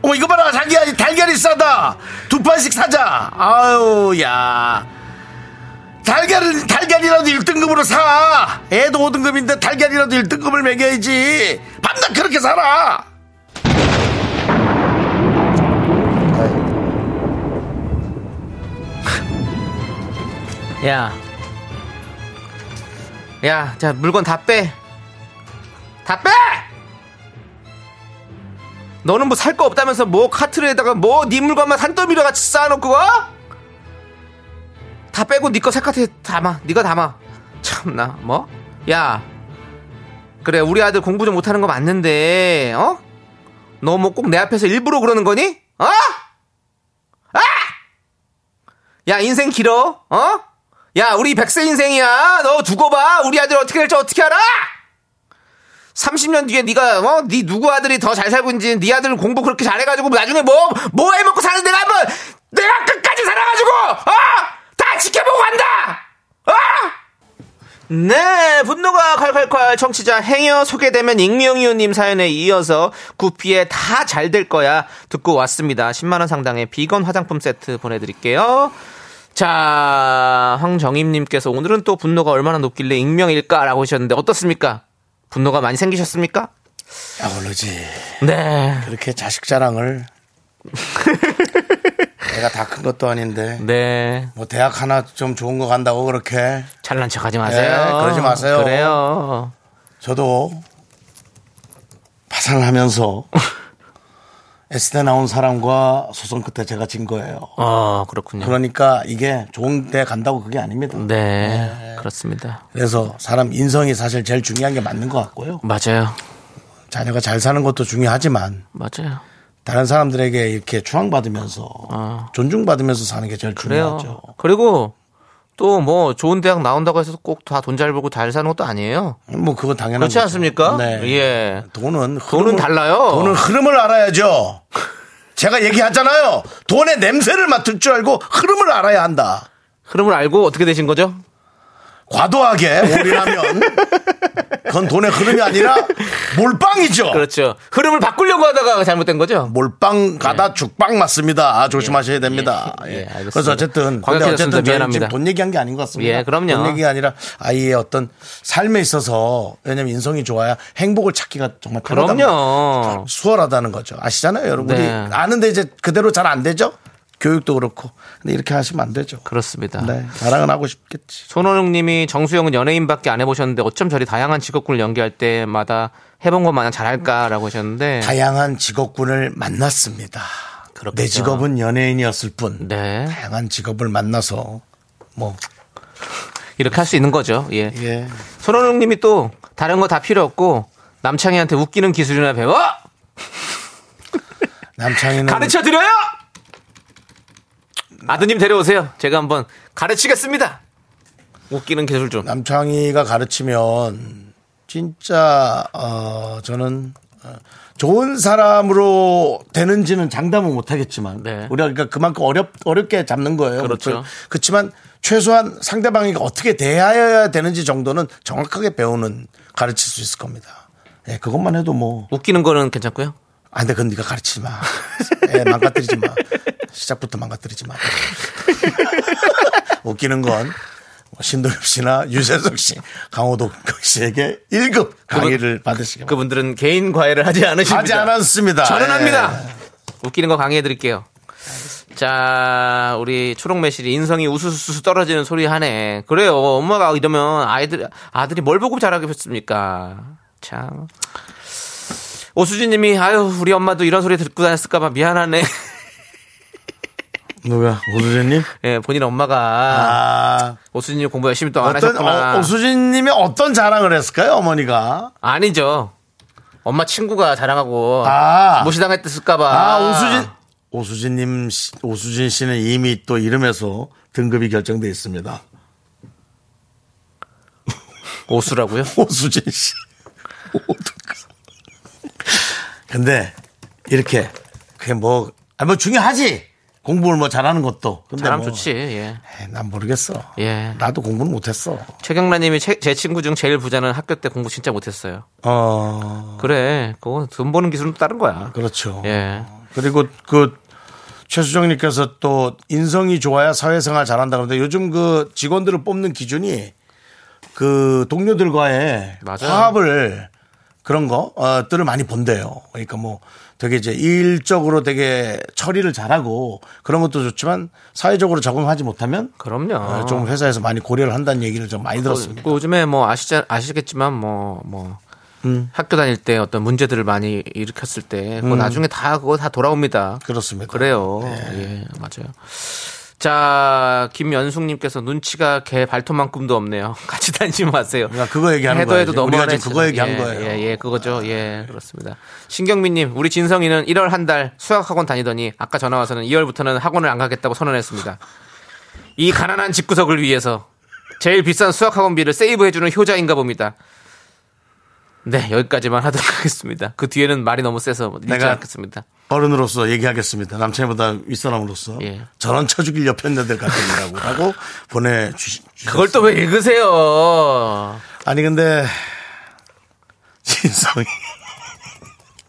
어머 이거 봐라 자기야 이 달걀이 싸다. 두 판씩 사자. 아유 야. 달걀을 달걀이라도 1등급으로 사. 애도 5등급인데 달걀이라도 1등급을 먹여야지. 밤낮 그렇게 살아.
야. 야, 자, 물건 다 빼. 다 빼! 너는 뭐 살 거 없다면서 뭐 카트에다가 뭐 네 물건만 산더미로 같이 쌓아놓고 가? 다 빼고 네 거 새카트에 담아. 네가 담아. 참나, 뭐? 야. 그래, 우리 아들 공부 좀 못하는 거 맞는데, 어? 너 뭐 꼭 내 앞에서 일부러 그러는 거니? 어? 아! 야 인생 길어 어? 야 우리 백세 인생이야 너 두고 봐 우리 아들 어떻게 될지 어떻게 알아 30년 뒤에 네가 어? 네 누구 아들이 더 잘 살고 있는지 네 아들 공부 그렇게 잘해가지고 나중에 뭐 뭐 해먹고 사는 내가 한번 내가 끝까지 살아가지고 어? 어다 지켜보고 간다 어? 네, 분노가 콸콸콸 청취자 행여 소개되면 익명이오님 사연에 이어서 구피의 다 잘 될 거야 듣고 왔습니다. 10만 원 상당의 비건 화장품 세트 보내드릴게요. 자, 황정임님께서 오늘은 또 분노가 얼마나 높길래 익명일까라고 하셨는데 어떻습니까? 분노가 많이 생기셨습니까?
아, 모르지.
네,
그렇게 자식 자랑을. 내가 다 큰 것도 아닌데.
네,
뭐 대학 하나 좀 좋은 거 간다고 그렇게.
잘난 척하지 마세요.
네, 그러지 마세요.
그래요.
저도 파산하면서 S대 나온 사람과 소송 끝에 제가 진 거예요.
어, 그렇군요.
그러니까 이게 좋은 데 간다고 그게 아닙니다.
네, 그렇습니다.
그래서 사람 인성이 사실 제일 중요한 게 맞는 것 같고요.
맞아요,
자녀가 잘 사는 것도 중요하지만
맞아요.
다른 사람들에게 이렇게 추앙받으면서
아.
존중받으면서 사는 게 제일
그래요.
중요하죠.
그리고 또 뭐 좋은 대학 나온다고 해서 꼭 다 돈 잘 벌고 잘 사는 것도 아니에요.
뭐 그거 당연한
그렇지
거죠.
않습니까?
네.
예.
돈은
돈은 달라요.
돈은 흐름을 알아야죠. 제가 얘기하잖아요. 돈의 냄새를 맡을 줄 알고 흐름을 알아야 한다.
흐름을 알고 어떻게 되신 거죠?
과도하게 올인하면 그건 돈의 흐름이 아니라 몰빵이죠.
그렇죠. 흐름을 바꾸려고 하다가 잘못된 거죠.
몰빵 가다 죽빵 맞습니다. 아, 조심하셔야 됩니다.
예,
예,
예, 알겠습니다.
그래서 어쨌든 근데
과격해졌습니다.
어쨌든 저희는
미안합니다.
지금 돈 얘기한 게 아닌 것 같습니다.
예, 그럼요.
돈 얘기가 아니라 아이의 어떤 삶에 있어서 왜냐면 인성이 좋아야 행복을 찾기가 정말 편하다.
그럼요.
수월하다는 거죠. 아시잖아요, 여러분. 우리
네.
아는데 이제 그대로 잘 안 되죠. 교육도 그렇고. 근데 이렇게 하시면 안 되죠.
그렇습니다.
네, 자랑은 하고 싶겠지.
손호영 님이 정수영은 연예인밖에 안 해보셨는데 어쩜 저리 다양한 직업군을 연기할 때마다 해본 것 마냥 잘할까라고 하셨는데.
다양한 직업군을 만났습니다. 내 직업은 연예인이었을 뿐
네.
다양한 직업을 만나서 뭐
이렇게 할 수 있는 거죠. 예.
예.
손호영 님이 또 다른 거 다 필요 없고 남창희한테 웃기는 기술이나 배워!
남창희는
가르쳐 드려요. 아드님 데려오세요. 제가 한번 가르치겠습니다. 웃기는 기술 좀.
남창희가 가르치면 진짜 어, 저는 어, 좋은 사람으로 되는지는 장담은 못하겠지만
네.
우리가 그러니까 그만큼 어렵 어렵게 잡는 거예요.
그렇죠.
목표를. 그렇지만 최소한 상대방이 어떻게 대해야 되는지 정도는 정확하게 배우는 가르칠 수 있을 겁니다. 예, 그것만 해도 뭐
웃기는 거는 괜찮고요.
안 돼, 아, 그건 네가 가르치지 마. 애 망가뜨리지 마. 시작부터 망가뜨리지 마. 웃기는 건뭐 신동엽 씨나 유재석 씨, 강호동 씨에게 1급 강의를 받으시기 바랍니다.
그분들은 개인 과외를 하지 않으십니다.
하지 않았습니다.
저는
예.
합니다. 아, 웃기는 거 강의해 드릴게요. 자, 우리 초록 매실이 인성이 우수수수 떨어지는 소리 하네. 그래요. 엄마가 이러면 아이들 아들이 뭘 보고 자라겠습니까? 참. 오수진 님이 아유, 우리 엄마도 이런 소리 듣고 다녔을까 봐 미안하네.
예. 누가? 오수진님?
예, 본인 엄마가
아,
오수진 님 공부 열심히 또 안
어떤,
하셨구나.
어, 오수진님이 어떤 자랑을 했을까요, 어머니가?
아니죠. 엄마 친구가 자랑하고
아.
무시당했을까 봐.
아, 오수진. 오수진님, 씨- 오수진 씨는 이미 또 이름에서 등급이 결정돼 있습니다.
오수라고요?
오수진 씨. 어떡하- 근데 이렇게 그게 뭐, 아니 뭐 중요하지. 공부를 뭐 잘하는 것도. 근데
잘하면
뭐,
좋지. 예.
에이, 난 모르겠어.
예.
나도 공부는 못했어.
최경란님이 채- 제 친구 중 제일 부자는 학교 때 공부 진짜 못했어요.
어,
그래, 그거 돈 버는 기술은 또 다른 거야.
그렇죠.
예,
그리고 그 최수정님께서 또 인성이 좋아야 사회생활 잘한다 그러는데 요즘 그 직원들을 뽑는 기준이 그 동료들과의
맞아요.
화합을 그런 거 어, 들을 많이 본대요. 그러니까 뭐 되게 이제 일적으로 되게 처리를 잘하고 그런 것도 좋지만 사회적으로 적응하지 못하면
그럼요.
어, 좀 회사에서 많이 고려를 한다는 얘기를 좀 많이 들었습니다.
아. 그 요즘에 뭐 아시자, 아시겠지만 뭐, 뭐,
음.
학교 다닐 때 어떤 문제들을 많이 일으켰을 때, 그거 나중에 다, 그거 다 돌아옵니다.
그렇습니다. 네.
그래요. 예, 맞아요. 자, 김연숙님께서 눈치가 개 발톱만큼도 없네요. 같이 다니지 마세요.
그러니까 그거 얘기하는
해도
거예요.
해도
지금
너무
우리가 지금 그거 얘기한
예,
거예요.
예, 예, 그거죠. 예, 그렇습니다. 신경민님, 우리 진성이는 1월 한 달 수학학원 다니더니 아까 전화 와서는 2월부터는 학원을 안 가겠다고 선언했습니다. 이 가난한 집구석을 위해서 제일 비싼 수학학원비를 세이브해주는 효자인가 봅니다. 네, 여기까지만 하도록 하겠습니다. 그 뒤에는 말이 너무 세서 읽지
내가-
않겠습니다.
어른으로서 얘기하겠습니다. 남편보다 윗사람으로서
예.
저런 쳐죽일 옆에 있는 애들 같은이라고 하고 보내주시.
그걸 또 왜 읽으세요?
아니 근데 진성이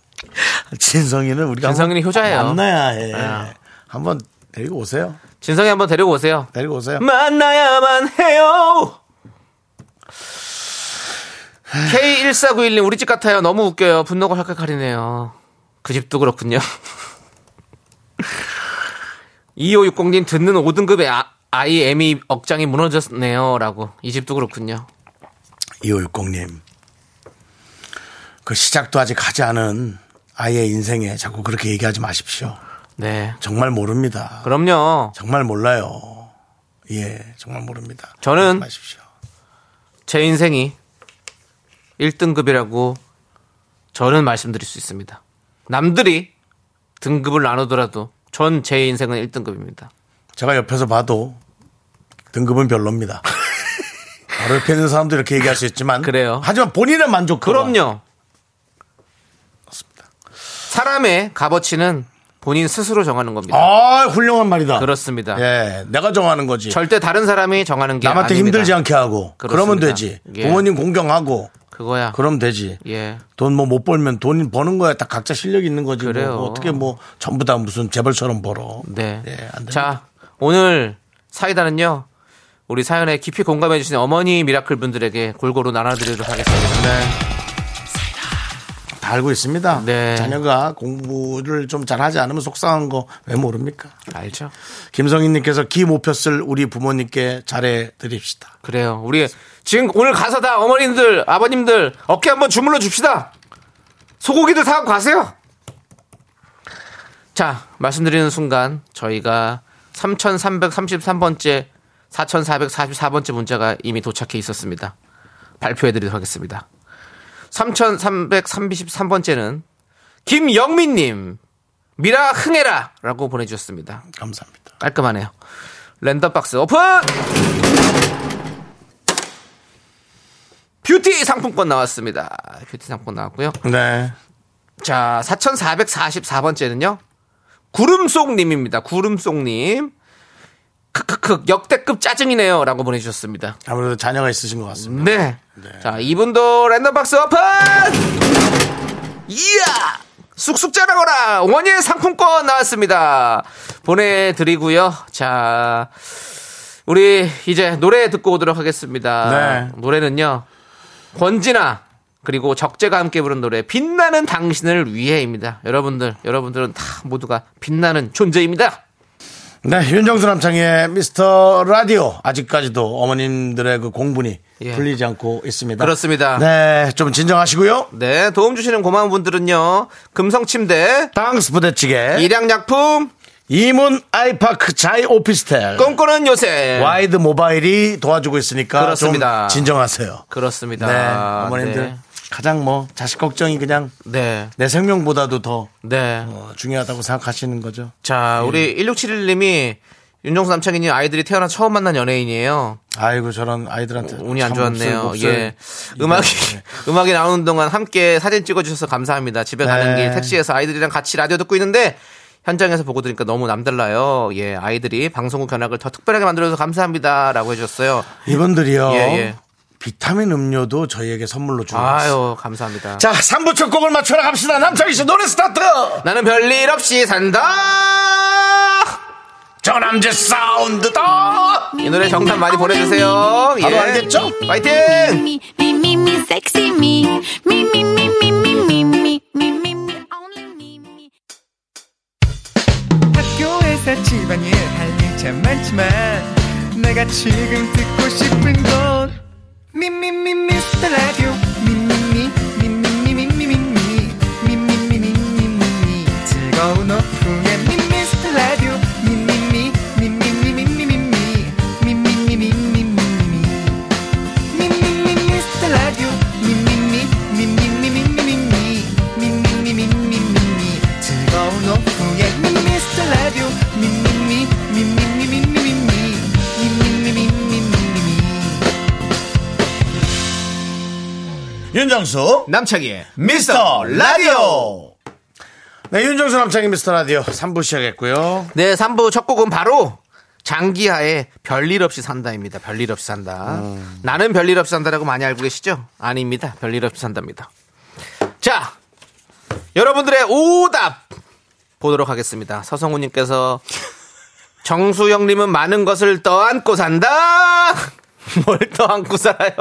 진성이는 우리가
진성이는
한번
효자예요.
만나야 해.
예.
한번 데리고 오세요.
진성이 한번 데리고 오세요.
데리고 오세요.
만나야만 해요. K1491님 우리 집 같아요. 너무 웃겨요. 분노가 활짝 가리네요. 그 집도 그렇군요. 2560님 듣는 5등급의 아, 아이 애미 억장이 무너졌네요. 라고. 이 집도 그렇군요.
이호육공님 그 시작도 아직 하지 않은 아이의 인생에 자꾸 그렇게 얘기하지 마십시오.
네.
정말 모릅니다.
그럼요.
정말 몰라요. 예, 정말 모릅니다.
저는-
그러지 마십시오.
제 인생이 1등급이라고 저는 말씀드릴 수 있습니다. 남들이 등급을 나누더라도 전 제 인생은 1등급입니다.
제가 옆에서 봐도 등급은 별로입니다. 바로 옆에 있는 사람도 이렇게 얘기할 수 있지만
그래요.
하지만 본인은 만족.
그럼요. 사람의 값어치는 본인 스스로 정하는 겁니다.
아 훌륭한 말이다.
그렇습니다.
예, 내가 정하는 거지.
절대 다른 사람이 정하는 게
남한테
아닙니다.
힘들지 않게 하고 그러면
그렇습니다.
되지.
예.
부모님 공경하고
그거야.
그럼 되지.
예.
돈 뭐 못 벌면 돈 버는 거야. 다 각자 실력이 있는 거지. 뭐
그래요.
어떻게 뭐 전부 다 무슨 재벌처럼 벌어.
네.
예, 안 됩니다.
자, 오늘 사이다는요. 우리 사연에 깊이 공감해 주신 어머니 미라클 분들에게 골고루 나눠 드리도록 하겠습니다.
네. 다 알고 있습니다.
네.
자녀가 공부를 좀 잘하지 않으면 속상한 거 왜 모릅니까?
알죠?
김성희님께서 기 못 폈을 우리 부모님께 잘해 드립시다.
그래요. 우리 지금 오늘 가서 다 어머님들, 아버님들 어깨 한번 주물러 줍시다. 소고기도 사고 가세요. 자, 말씀드리는 순간 저희가 3333번째, 4444번째 문자가 이미 도착해 있었습니다. 발표해 드리도록 하겠습니다. 3333번째는 김영민 님. 미라 흥해라 라고 보내 주셨습니다.
감사합니다.
깔끔하네요. 랜덤박스 오픈! 뷰티 상품권 나왔습니다. 뷰티 상품권 나왔고요.
네.
자, 4444번째는요. 구름송님입니다. 구름송님. 크크크, 역대급 짜증이네요. 라고 보내주셨습니다.
아무래도 자녀가 있으신 것 같습니다.
네. 자, 이분도 랜덤 박스 오픈! 이야! 쑥쑥 자라거라! 원예 상품권 나왔습니다. 보내드리고요. 자, 우리 이제 노래 듣고 오도록 하겠습니다.
네.
노래는요. 권진아, 그리고 적재가 함께 부른 노래, 빛나는 당신을 위해입니다. 여러분들, 여러분들은 다 모두가 빛나는 존재입니다.
네, 윤정수 남창의 미스터 라디오 아직까지도 어머님들의 그 공분이
예.
풀리지 않고 있습니다.
그렇습니다.
네, 좀 진정하시고요.
네, 도움 주시는 고마운 분들은요. 금성침대,
땅스 부대찌개,
일양약품,
이문 아이파크 자이 오피스텔, 네.
꿈꾸는 네. 요새.
와이드 모바일이 도와주고 있으니까
그렇습니다.
좀 진정하세요.
그렇습니다.
네, 어머님들
네.
가장 뭐 자식 걱정이 그냥
네.
내 생명보다도 더
네.
어, 중요하다고 생각하시는 거죠.
자, 우리 1671님이 윤정수 남창희님 아이들이 태어나 처음 만난 연예인이에요.
아이고 저런 아이들한테
운이 안
참
좋았네요.
없을- 없을-
예. 음악이,
네.
음악이 나오는 동안 함께 사진 찍어주셔서 감사합니다. 집에 가는
네.
길 택시에서 아이들이랑 같이 라디오 듣고 있는데 현장에서 보고 들으니까 너무 남달라요. 예. 아이들이 방송국 견학을 더 특별하게 만들어서 감사합니다. 라고 해주셨어요.
이분들이요.
예, 예.
비타민 음료도 저희에게 선물로 주고 있어요.
아유, 감사합니다.
자, 3부 첫 곡을 맞춰라 갑시다. 남창희 씨 노래 스타트.
나는 별일 없이 산다!
저남자 사운드다.
이 노래 정답 많이 보내주세요. 예.
바로 알겠죠?
파이팅!
Me, me, me, me, sexy me. Me, me, me, me, me, me, me, me, me, me, only me, me.
학교에서 집안일 할 일 참 많지만 내가 지금 듣고 싶은 건 미미미 미스터 라디오 미미미 미미미미미미 미미미미미미 즐거운 오후에 미스터 라디오 미미미 미미미미미미 미미미미미미 미미미 미스터 라디오 미미미 미미미미미미 미미미미미미 즐거운 오후에 미스터 라디오 미미미 미미미미미미 미미미미미미미
윤정수
남창희의
미스터 라디오. 네, 윤정수 남창희 미스터 라디오 3부 시작했고요.
네, 3부 첫 곡은 바로 장기하의 별일 없이 산다입니다. 별일 없이 산다.
음.
나는 별일 없이 산다라고 많이 알고 계시죠? 아닙니다. 별일 없이 산답니다. 자, 여러분들의 오답 보도록 하겠습니다. 서성우님께서 정수영님은 많은 것을 떠안고 산다. 뭘 떠안고 살아요?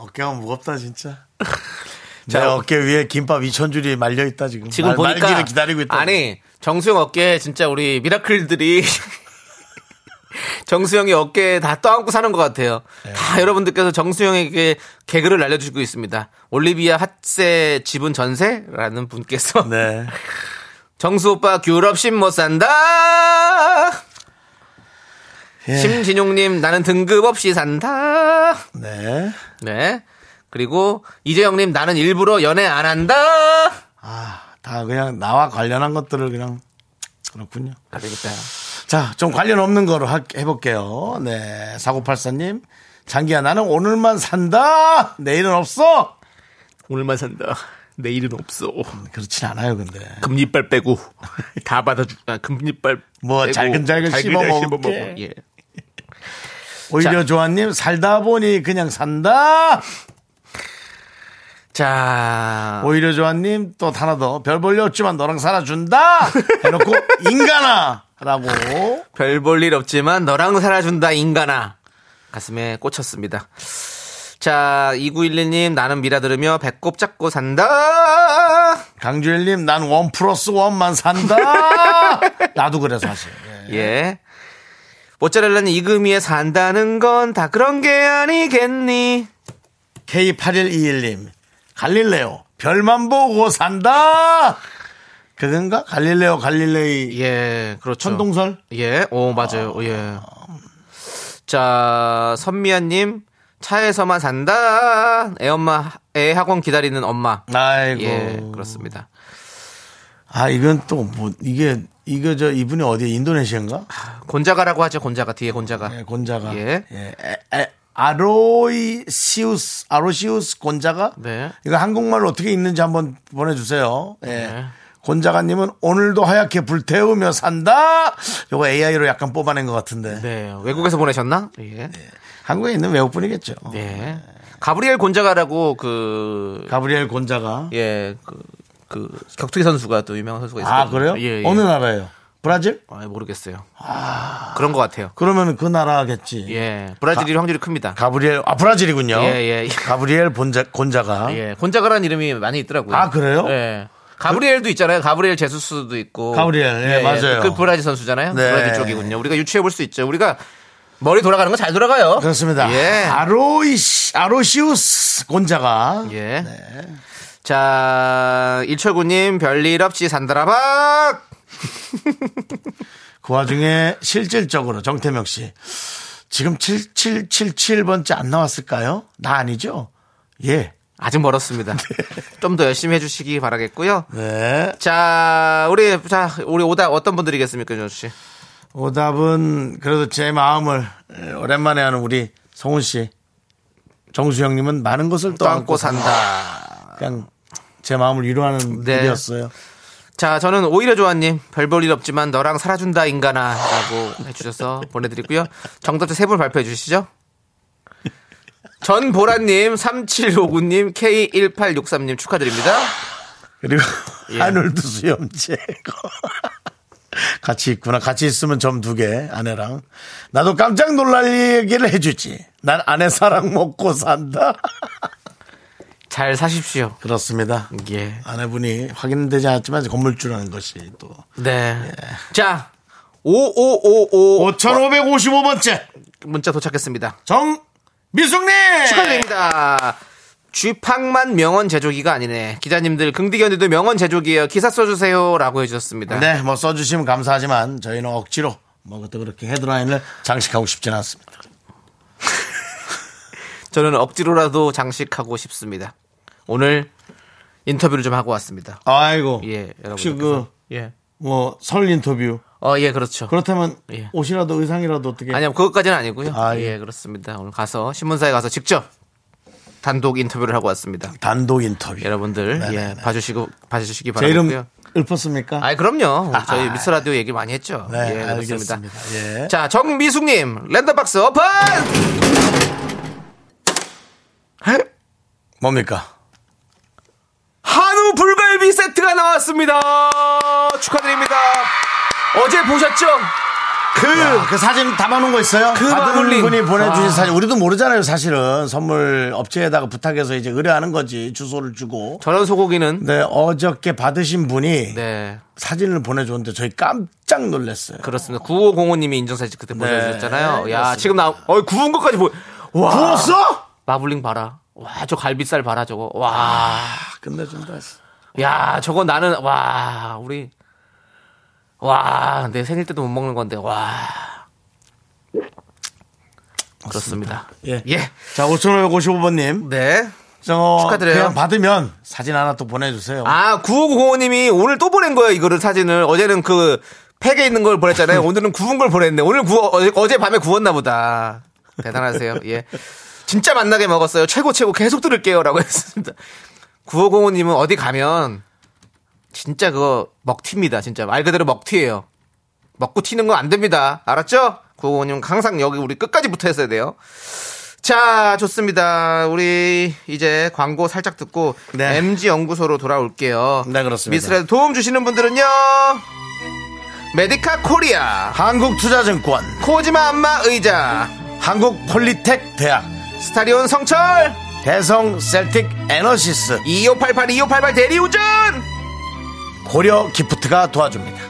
어깨가 무겁다 진짜. 내
자,
어깨 위에 김밥 2천 줄이 말려 있다 지금.
지금
말-
보니까
말기를 기다리고 있다.
아니 정수영 어깨 진짜 우리 미라클들이 정수영이 어깨에 다 떠안고 사는 것 같아요.
네.
다 여러분들께서 정수영에게 개그를 날려주고 있습니다. 올리비아 핫세 지분 전세라는 분께서
네.
정수 오빠 귤 없이 못 산다.
예.
심진용님 나는 등급 없이 산다.
네.
네. 그리고 이재영님 나는 일부러 연애 안 한다.
아, 다 그냥 나와 관련한 것들을 그냥 그렇군요.
아, 되겠다.
자, 좀 관련 없는 거로 하- 해볼게요. 네. 4984님. 장기야, 나는 오늘만 산다! 내일은 없어!
오늘만 산다. 내일은 없어.
그렇진 않아요, 근데.
금리빨 빼고 다 받아줄. 아, 금리빨
뭐,
빼고
잘근잘근 씹어먹을게.
씹어먹어. 예.
오히려
자. 아.
조아님, 살다 보니 그냥 산다!
자,
오히려 조아님, 또 하나 더. 별 볼 일 없지만 너랑 살아준다! 해놓고, 인간아! 라고.
별 볼 일 없지만 너랑 살아준다 인간아. 가슴에 꽂혔습니다. 자, 2912님 나는 미라 들으며 배꼽 잡고 산다.
강주일님, 난 원 플러스 원만 산다! 나도 그래, 사실. 예.
예. 모짜렐라는 이금희의 산다는 건 다 그런 게 아니겠니?
K8121님, 갈릴레오, 별만 보고 산다! 그건가? 갈릴레오, 갈릴레이.
예, 그렇죠.
천동설?
예, 오, 맞아요. 예. 자, 선미아님, 차에서만 산다. 애 엄마, 애 학원 기다리는 엄마.
아이고.
예, 그렇습니다.
아, 이건 또 뭐, 이게, 이거 저, 이분이 어디에 인도네시아인가?
곤자가라고 하죠, 곤자가. 뒤에 곤자가.
예, 곤자가.
예.
예. 에, 에, 아로이시우스 아로시우스 곤자가
네.
이거 한국말로 어떻게 읽는지 한번 보내주세요. 예.
네.
곤자가님은 오늘도 하얗게 불태우며 산다. 요거 AI로 약간 뽑아낸 것 같은데
네. 외국에서 보내셨나? 예. 네.
한국에 있는 외국 분이겠죠.
가브리엘 곤자가라고 그,
네. 가브리엘 곤자가
예, 그, 그 격투기 선수가 또 유명한 선수가 있어요.
아 그래요?
예, 예.
어느 아. 나라예요? 브라질?
아, 모르겠어요. 그런 것 같아요.
그러면 그 나라겠지.
예. 브라질이 확률이 큽니다.
가브리엘 아 브라질이군요.
예, 예, 예.
가브리엘 본자, 곤자가
예. 곤자가라는 이름이 많이 있더라고요.
아, 그래요?
예. 가브리엘도 있잖아요. 가브리엘 제수스도 있고.
가브리엘, 예, 맞아요.
그 브라질 선수잖아요.
네.
브라질 쪽이군요. 우리가 유추해 볼 수 있죠. 우리가 머리 돌아가는 거 잘 돌아가요.
그렇습니다.
예.
아로이시 아로시우스 곤자가
예.
네.
자, 일철구님, 별일 없이 산다라박!
그 와중에 실질적으로 정태명 씨 지금 7777번째 안 나왔을까요? 나 아니죠? 예.
아직 멀었습니다. 좀 더 열심히 해주시기 바라겠고요.
네.
자, 우리, 자, 우리 오다 어떤 분들이겠습니까, 윤정수 씨?
오답은 그래도 제 마음을 예, 오랜만에 하는 우리 성훈 씨. 정수영 님은 많은 것을 떠안고
떠안고 산다.
그냥 제 마음을 위로하는
네.
일이었어요.
자, 저는 오히려 좋아님, 별 볼 일 없지만 너랑 살아준다, 인간아. 라고 해주셔서 보내드리고요. 정답자 세 분 발표해 주시죠. 전보라님, 3759님, K1863님 축하드립니다.
그리고 하늘도 수염제 같이 있구나. 같이 있으면 점 두 개, 아내랑. 나도 깜짝 놀랄 얘기를 해주지. 난 아내 사랑 먹고 산다.
잘 사십시오.
그렇습니다.
예.
아내분이 확인되지 않았지만 건물주라는 것이 또.
네. 자,
어.
5555
5,555번째
문자 도착했습니다.
정미숙님!
축하드립니다. 쥐팡만 명언 제조기가 아니네. 기자님들, 긍디견디도 명언 제조기예요. 기사 써주세요. 라고 해주셨습니다.
네, 뭐 써주시면 감사하지만 저희는 억지로 뭐 그때 그렇게 헤드라인을 장식하고 싶지는 않습니다.
저는 억지로라도 장식하고 싶습니다. 오늘 인터뷰를 좀 하고 왔습니다.
아이고.
예, 여러분.
혹시 그,
예.
뭐, 설 인터뷰.
어, 예, 그렇죠.
그렇다면
예.
옷이라도 의상이라도 어떻게.
아니요, 그것까지는 아니고요.
아,
예.
예.
그렇습니다. 오늘 가서 신문사에 가서 직접 단독 인터뷰를 하고 왔습니다.
단독 인터뷰.
여러분들,
네,
예,
네, 네.
봐주시고, 봐주시기
제
바라고요
이름 읊었습니까?
아이 그럼요. 저희 미스 라디오 얘기 많이 했죠.
네,
예, 그렇습니다.
알겠습니다. 예.
자, 정미숙님 랜덤박스 오픈.
뭡니까?
한우 불갈비 세트가 나왔습니다. 축하드립니다. 어제 보셨죠? 그
야, 그 사진 담아놓은 거 있어요?
그
받은
마블링.
분이 보내주신
아.
사진 우리도 모르잖아요 사실은 선물 업체에다가 부탁해서 이제 의뢰하는 거지 주소를 주고
저런 소고기는
근데 어저께 받으신 분이
네
사진을 보내줬는데 저희 깜짝 놀랐어요
그렇습니다. 9505님이 인증사진 그때 보내주셨잖아요. 야 지금 나 어, 구운 것까지 보. 와
구웠어?
마블링 봐라. 와 저 갈비살 봐라 저거. 와.
끝내준다
야, 저거 나는 와, 우리 와, 내 생일 때도 못 먹는 건데. 와. 네. 그렇습니다.
예.
예.
자 5555번님
네. 축하드려요.
그냥 받으면 사진 하나 또 보내주세요
아, 9595님이 오늘 또 보낸 거예요, 이거를 사진을. 어제는 그 팩에 있는 걸 보냈잖아요. 오늘은 구운 걸 보냈네. 오늘 구 어제, 어제 밤에 구웠나 보다. 대단하세요. 예. 진짜 만나게 먹었어요. 최고 최고 계속 들을게요라고 했습니다. 9505님은 어디 가면 진짜 그거 먹튀입니다. 진짜 말 그대로 먹튀예요. 먹고 튀는 건 안 됩니다. 알았죠? 9505님 항상 여기 우리 끝까지 붙어 있어야 돼요. 자, 좋습니다. 우리 이제 광고 살짝 듣고
네.
MG 연구소로 돌아올게요.
네, 그렇습니다.
미스라드 도움 주시는 분들은요. 메디카 코리아,
한국투자증권
코지마 안마 의자,
한국폴리텍 대학
스타리온 성철,
대성 셀틱 에너시스
2588 2588 대리우전.
고려 기프트가 도와줍니다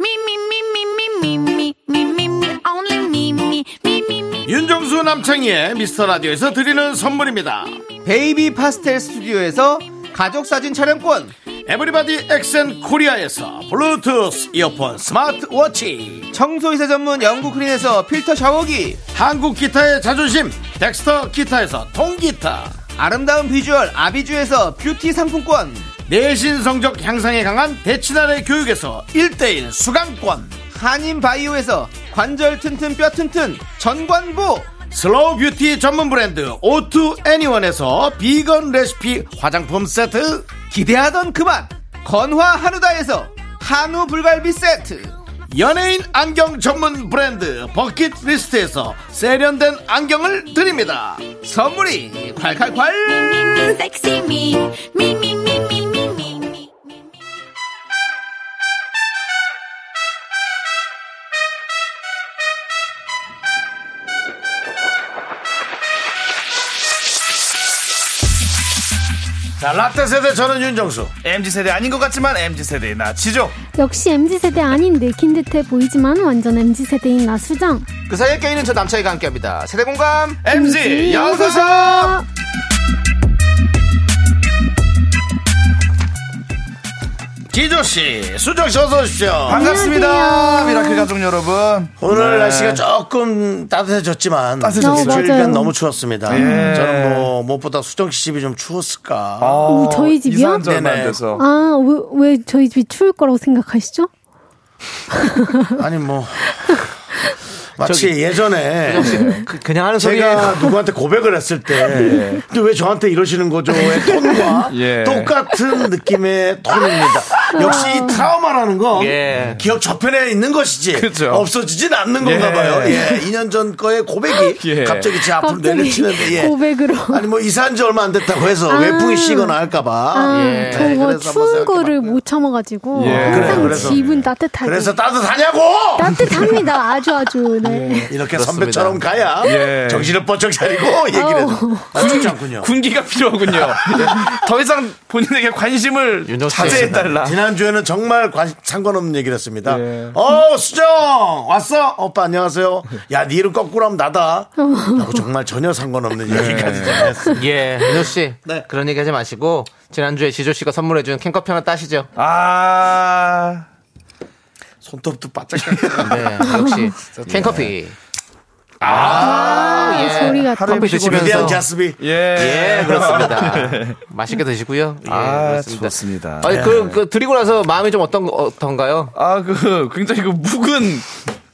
Me, me, me, me, me, me, me, me, me, me, only me, me, me, me, me.
윤정수 남창희의 미스터 라디오에서 드리는 선물입니다.
베이비 파스텔 스튜디오에서 가족 사진 촬영권.
에브리바디 엑센 코리아에서 블루투스 이어폰 스마트워치
청소이사 전문 영국 크린에서 필터 샤워기
한국 기타의 자존심 덱스터 기타에서 통기타
아름다운 비주얼 아비주에서 뷰티 상품권
내신 성적 향상에 강한 대치나래 교육에서 1대1 수강권
한인 바이오에서 관절 튼튼 뼈 튼튼 전관보
슬로우 뷰티 전문 브랜드 오투 애니원에서 비건 레시피 화장품 세트
기대하던 그만 건화 한우다에서 한우 불갈비 세트
연예인 안경 전문 브랜드 버킷리스트에서 세련된 안경을 드립니다
선물이 콸콸콸
Sexy me, me, me, me, me, me, me, me, me.
자 라떼 세대 저는 윤정수
MZ세대 아닌 것 같지만 MZ세대의 나 지조
역시 MZ세대 아닌 늙힌 듯해 보이지만 완전 MZ세대인 나수정
그 사이에 껴있는 저 남창희가 함께합니다. 세대 공감.
MZ
여기서
기조씨 수정씨 어서 오십시오
반갑습니다 미라클 가족 여러분
오늘
네.
날씨가 조금 따뜻해졌지만
따뜻해졌어요.
어, 맞아요.
주변 너무 추웠습니다
예.
저는 뭐 무엇보다 수정씨 집이 좀 추웠을까
오, 저희 집이요?
이사한 지 얼마 아, 안
네네.
돼서
아, 왜, 왜 저희 집이 추울 거라고 생각하시죠?
아니 뭐 마치 예전에
그, 그냥 하는 소리가
제가 누구한테 고백을 했을 때, 근데 왜 저한테 이러시는 거죠의 톤과
네. 예.
똑같은 느낌의 톤입니다. 역시 이 트라우마라는 건
예.
기억 저편에 있는 것이지
그죠.
없어지진 않는
예.
건가 봐요. 예. 2년 전 거의 고백이
예.
갑자기 제 앞으로
갑자기
아, 내려치는데 예.
고백으로.
아니 뭐 이사한 지 얼마 안 됐다고 해서
아.
외풍이 쉬거나 할까봐.
아,
예.
저거
그래서 한번
추운 거를
생각해봤고요.
못 참아가지고
예.
항상
그래요, 그래서.
집은 따뜻하게
그래서 따뜻하냐고!
따뜻합니다. 아주 아주. 네.
이렇게 선배처럼 가야
예.
정신을 번쩍 차리고 얘기를 해도 아, 쉽지 않군요.
군기가 필요하군요 예. 더 이상 본인에게 관심을
윤정수
자제해달라
지난주에는 정말 관, 상관없는 얘기를 했습니다.
예.
어, 수정! 왔어? 오빠, 안녕하세요. 야, 네 이름 거꾸로 하면 나다. 라고 정말 전혀 상관없는
예.
얘기까지 했습니다.
예, 민호 씨.
네.
그런 얘기 하지 마시고 지난주에 지조 씨가 선물해 준 캔커피 하나 따시죠.
아
손톱도 바짝 깎아.
네. 역시
음. 예.
캔커피.
아, 소리가
커피
위대한
드시면서
자스비.
예.
예, 그렇습니다. 맛있게 드시고요. 예,
아,
그렇습니다.
좋습니다. 네.
아니, 그, 그 드리고 나서 마음이 좀 어떤 어떤가요?
아, 그, 굉장히 그 묵은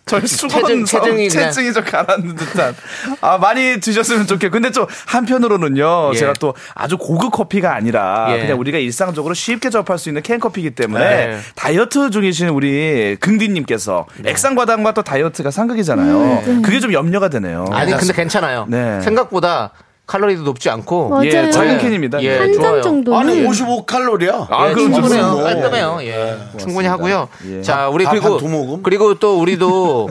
절 수건
체증, 체증이
체증이,
그냥.
체증이 좀 가라앉는 듯한. 아, 많이 드셨으면 좋겠고. 근데 좀 한편으로는요,
예.
제가 또 아주 고급 커피가 아니라
예.
그냥 우리가 일상적으로 쉽게 접할 수 있는 캔커피이기 때문에
네.
다이어트 중이신 우리 긍디님께서 액상과당과 또 다이어트가 상극이잖아요. 그게 좀 염려가 되네요.
아니, 근데 괜찮아요.
어, 네.
생각보다 칼로리도 높지 않고
맞아요.
예, 작은 캔입니다.
예.
한
좋아요.
잔 정도는
네. 아니, 55칼로리야.
아,
예,
그럼
충분해요.
좋습니다.
깔끔해요. 예. 충분히 하고요.
예.
자, 우리
밥
그리고
한두 모금?
그리고 또 우리도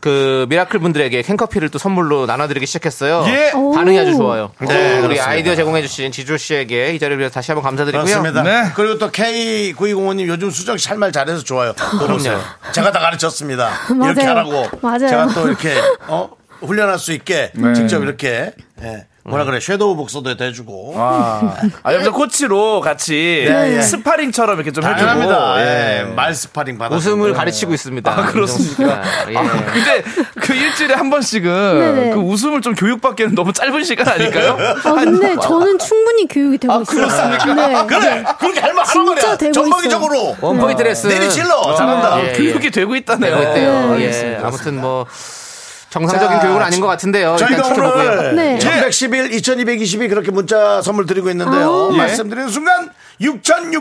그 미라클 분들에게 캔커피를 또 선물로 나눠드리기 시작했어요.
예.
반응이 아주 좋아요. 네, 우리
그렇습니다.
아이디어 제공해주신 지조 씨에게 이 자리를 빌어 다시 한번 감사드리고요.
그렇습니다.
네.
그리고 또 K9205님 요즘 수정 씨 할 말 잘해서 좋아요. 그러세요. 제가 다 가르쳤습니다. 이렇게
맞아요.
하라고.
맞아요.
제가 또 이렇게 어 훈련할 수 있게
네.
직접 이렇게 예, 뭐라 그래 섀도우 복서도 해주고
아, 아, 옆에서 코치로 같이
네, 예.
스파링처럼 이렇게 좀 해주고.
당연합니다.
예.
예. 말 스파링 받아.
웃음을 가르치고 있습니다.
아, 그렇습니까?
윤정수 씨가. 예.
아, 근데 그 일주일에 한 번씩은
네네.
그 웃음을 좀 교육받기에는 너무 짧은 시간 아닐까요?
아, 근데 저는 충분히 교육이 되고 있어요. 네.
아, 그래 그렇게 할 말 하는
진짜
거냐?
되고
전방위적으로
원포인트
네.
레슨.
내리질러 잘한다.
아,
예,
교육이
예.
되고 있다네요.
되고 있대요. 예.
알겠습니다.
아무튼 뭐 정상적인
자,
교육은 아닌 것 같은데요.
저희가
일단 지켜보고요.
오늘
네.
1111, 2222 그렇게 문자 선물 드리고 있는데요.
예.
말씀드리는 순간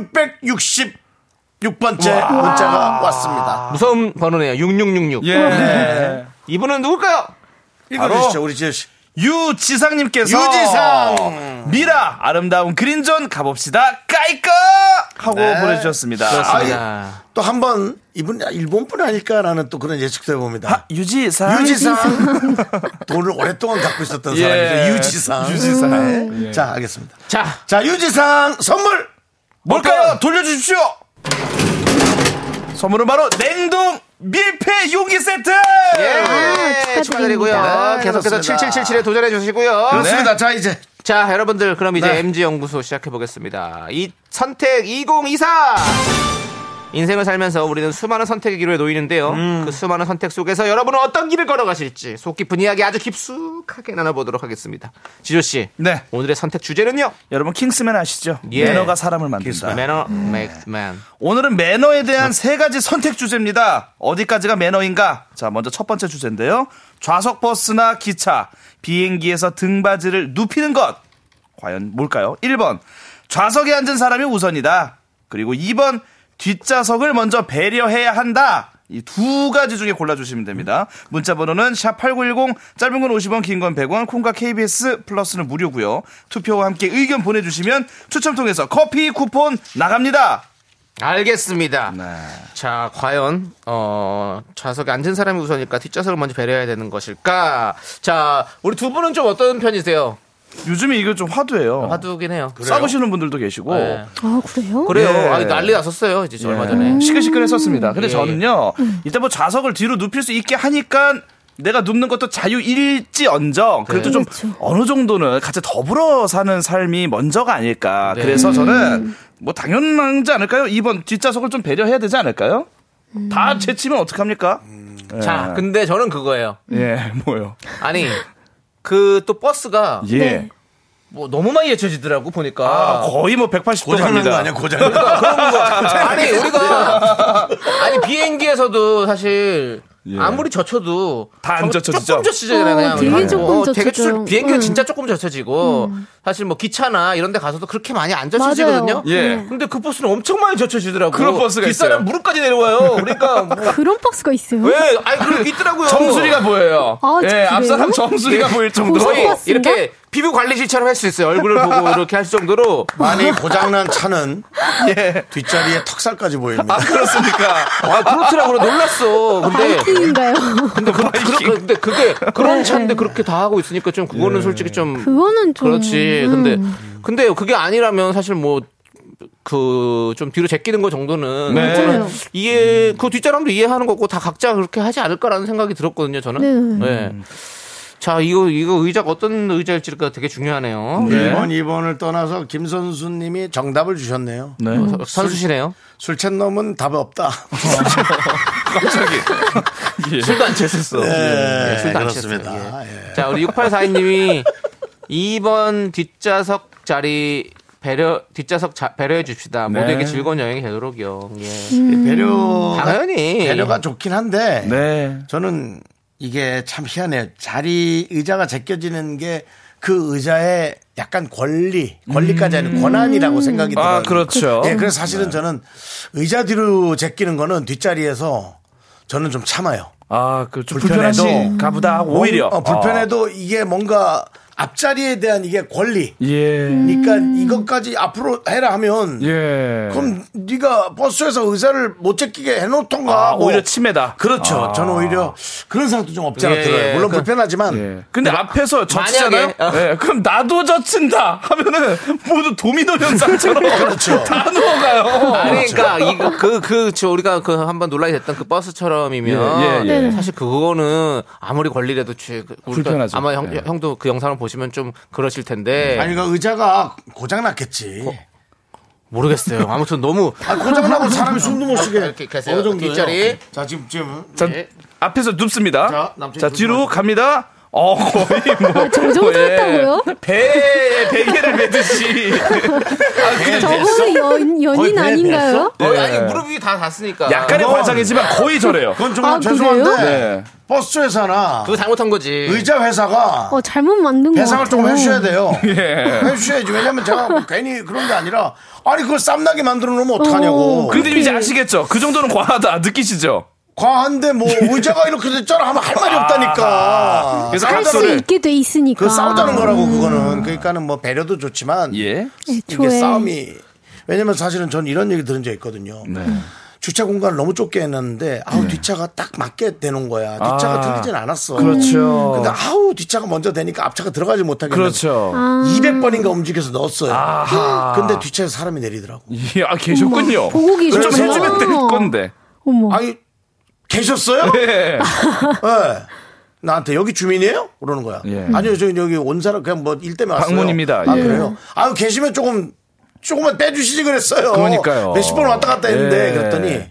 6666번째 문자가 왔습니다.
무서운 번호네요. 6666.
예.
이분은 누굴까요?
읽어주시죠, 우리 지혜씨.
유지상님께서
유지상.
미라 아름다운 그린존 가봅시다 까이꺼 하고 보내주셨습니다.
그렇습니다.
또 한 번 이분 일본 분 아닐까라는 또 그런 예측도
아,
해봅니다.
유지상
유지상 돈을 오랫동안 갖고 있었던
예.
사람이죠. 유지상.
유지상.
네. 자, 알겠습니다.
자,
자, 유지상 선물
뭘까요? 돌려주십시오. 선물은 바로 냉동 밀폐 용기 세트.
축하드립니다.
예, 축하드리고요.
네,
계속해서
그렇습니다.
7777에 도전해 주시고요.
그렇습니다. 자, 이제
자, 여러분들 그럼 이제 MG 연구소 시작해 보겠습니다. 이 선택 2024. 인생을 살면서 우리는 수많은 선택의 기로에 놓이는데요. 그 수많은 선택 속에서 여러분은 어떤 길을 걸어가실지 속 깊은 이야기 아주 깊숙하게 나눠보도록 하겠습니다. 지조 씨,
네.
오늘의 선택 주제는요.
여러분 킹스맨 아시죠?
예.
매너가 사람을 만든다.
매너 makes man.
오늘은 매너에 대한 세 가지 선택 주제입니다. 어디까지가 매너인가? 자, 먼저 첫 번째 주제인데요. 좌석 버스나 기차, 비행기에서 등받이를 눕히는 것. 과연 뭘까요? 1번. 좌석에 앉은 사람이 우선이다. 그리고 2번. 뒷좌석을 먼저 배려해야 한다. 이 두 가지 중에 골라주시면 됩니다. 문자 번호는 샵8910, 짧은 건 50원, 긴 건 100원, 콩과 KBS 플러스는 무료고요 투표와 함께 의견 보내주시면 추첨 통해서 커피 쿠폰 나갑니다.
알겠습니다.
네.
자, 과연 어, 좌석에 앉은 사람이 우선일까 뒷좌석을 먼저 배려해야 되는 것일까? 자, 우리 두 분은 좀 어떤 편이세요?
요즘에 이거 좀 화두예요.
아, 화두긴 해요.
싸우시는 분들도 계시고.
네.
아 그래요?
그래요.
예.
아, 난리 났었어요. 이제 얼마 전에.
네, 시끌시끌했었습니다. 근데
음. 예,
저는요, 일단 뭐 좌석을 뒤로 눕힐 수 있게 하니까 내가 눕는 것도 자유일지언정 그래도
네.
좀
그렇죠.
어느 정도는 같이 더불어 사는 삶이 먼저가 아닐까.
네.
그래서 저는 뭐 당연하지 않을까요? 이번 뒷좌석을 좀 배려해야 되지 않을까요? 다 제치면 어떡합니까?
자, 근데 저는 그거예요.
예, 뭐요?
아니, 그 또 버스가
예.
뭐 너무 많이 예쳐지더라고 보니까.
아, 거의 뭐 180도
고장난 거
갑니다.
아니야, 고장난 거.
아니 우리가 예, 아니 비행기에서도 사실
예.
아무리 젖혀도
다안
정말
젖혀지죠?
조금 젖히잖아요. 그냥.
어, 되게
그냥.
조금
되게
젖혀져요.
좀- 비행기는
음.
진짜 조금 젖혀지고 사실 뭐 기차나 이런 데 가서도 그렇게 많이 안 젖혀지거든요.
맞아요.
예.
네.
근데 그 버스는 엄청 많이 젖혀지더라고.
그런 버스가
뒷사람
있어요.
무릎까지 내려와요. 그러니까 뭐-
그런 버스가 있어요?
왜? 아니 그게 있더라고요.
정수리가 보여요.
아,
예,
그래요?
앞사람 정수리가 보일 정도로.
고장
거의
그 버스인가?
이렇게 피부 관리실처럼 할 수 있어요. 얼굴을 보고 이렇게 할 정도로
많이 고장난 차는
예.
뒷자리에 턱살까지 보입니다.
아, 그렇습니까?
아 그렇더라고
아,
놀랐어. 근데
바이킹인가요?
근데 그, 그, 근데 그게 그런 차인데 그렇게 다 하고 있으니까 좀 그거는 솔직히 좀
네. 그거는 좀
그렇지.
음.
근데 근데 그게 아니라면 사실 뭐 그 좀 뒤로 제끼는 거 정도는
네.
맞아요.
이해 그 뒷사람도 이해하는 거고 다 각자 그렇게 하지 않을까라는 생각이 들었거든요. 저는.
네.
네. 자 이거 이거 의자가 어떤 의자일지가 되게 중요하네요.
1번, 2번을 떠나서 김선수님이 정답을 주셨네요.
네.
어, 선수시네요.
술 챈 놈은 답이 없다.
술도 안 취했었어.
예,
예, 술도 안 취했어요.
그렇습니다. 예.
자, 우리 6842님이 2번 뒷좌석 자리 배려 뒷좌석 자- 배려해 줍시다. 모두에게 즐거운 여행이 되도록이요. 예.
배려가,
당연히
배려가 좋긴 한데
음, 네.
저는 이게 참 희한해요. 자리 의자가 제껴지는 게 그 의자의 약간 권리, 권리까지 아닌 권한이라고 생각이 들어요.
음. 아, 그렇죠.
예, 그래서 사실은 저는 의자 뒤로 제끼는 거는 뒷자리에서 저는 좀 참아요.
아, 그 좀
불편해도
불편하신가 보다. 오히려. 아.
어, 불편해도 이게 뭔가 앞자리에 대한 이게 권리.
아. 예.
그러니까 이것까지 앞으로 해라 하면
예.
그럼 네가 버스에서 의자를 못 제끼게 해놓던가.
아,
뭐.
오히려 침해다.
그렇죠.
아.
저는 오히려 그런 생각도 좀 없지 않아
예,
들어요.
예.
물론
그-
불편하지만
예. 근데 앞에서 젖히잖아요.
만약에- 어,
예. 그럼 나도 젖힌다 하면은 모두 도미노 현상처럼
그렇죠.
다 누워가요.
아니 그러니까 이거 그그 우리가 그 한번 논란이 됐던 그 버스처럼이면
예, 예, 예.
사실 그거는 아무리 권리라도 취 그- 우리가
불편하죠. 네.
아마 형,
예.
형도 그 영상을 보시면 좀 그러실 텐데
아니 그러니까 의자가 고장 났겠지.
모르겠어요. 아무튼 너무
아, 고장 나고 사람이 숨도 못 쉬게.
이렇게 계세요.
어느 정도예요?
뒷자리.
자 지금 지금
자,
예.
앞에서 눕습니다.
자,
자,
남편이
뒤로 갑니다. 어, 거의 뭐.
저 정도였다고요? 그
배에 베개를 매듯이.
저거는 연, 연인
거의
아닌가요?
거의
예.
아니 무릎이 다 닿았으니까
약간의
그건-
과장이지만 거의 저래요.
그건 정말
아, 그래요?
죄송한데
네.
버스 회사나
그거 잘못한 거지.
의자 회사가
어 잘못 만든 거
배상을
같아요.
좀 해주셔야 돼요.
예.
해주셔야지. 왜냐면 제가 뭐 괜히 그런 게 아니라 아니 그걸 쌈나게 만들어 놓으면 어떡하냐고.
어.
근데 이제 아시겠죠? 그 정도는 과하다. 느끼시죠?
과한데 뭐 의자가 이렇게 됐잖아 하면 할 말이 없다니까. 아,
그래서
할 수
깜짝을
있게 돼 있으니까.
그 싸우자는 거라고 그거는. 그러니까는 뭐 배려도 좋지만
예.
이게
애초에
싸움이 왜냐면 사실은 전 이런 얘기 들은 적 있거든요.
네.
주차 공간을 너무 좁게 해놨는데 아우 뒷차가 딱 맞게 되는 거야. 뒷차가
아.
틀리진 않았어.
그렇죠.
근데 아우 뒷차가 먼저 되니까 앞차가 들어가지 못하게
그렇죠.
아,
200번인가 움직여서 넣었어요.
아하.
근데 뒷차에 사람이 내리더라고.
예, 아, 계셨군요.
뭐, 보고 계셨어.
좀 해주면 될 건데.
어머.
아니 계셨어요? 예.
예.
나한테 여기 주민이에요? 그러는 거야.
예.
아니요, 저 여기 온 사람 그냥 뭐 일 때문에 왔어요.
방문입니다.
아
예.
그래요? 아유 계시면 조금 조금만 빼주시지 그랬어요.
그러니까요.
몇십 번 왔다 갔다 했는데
예.
그랬더니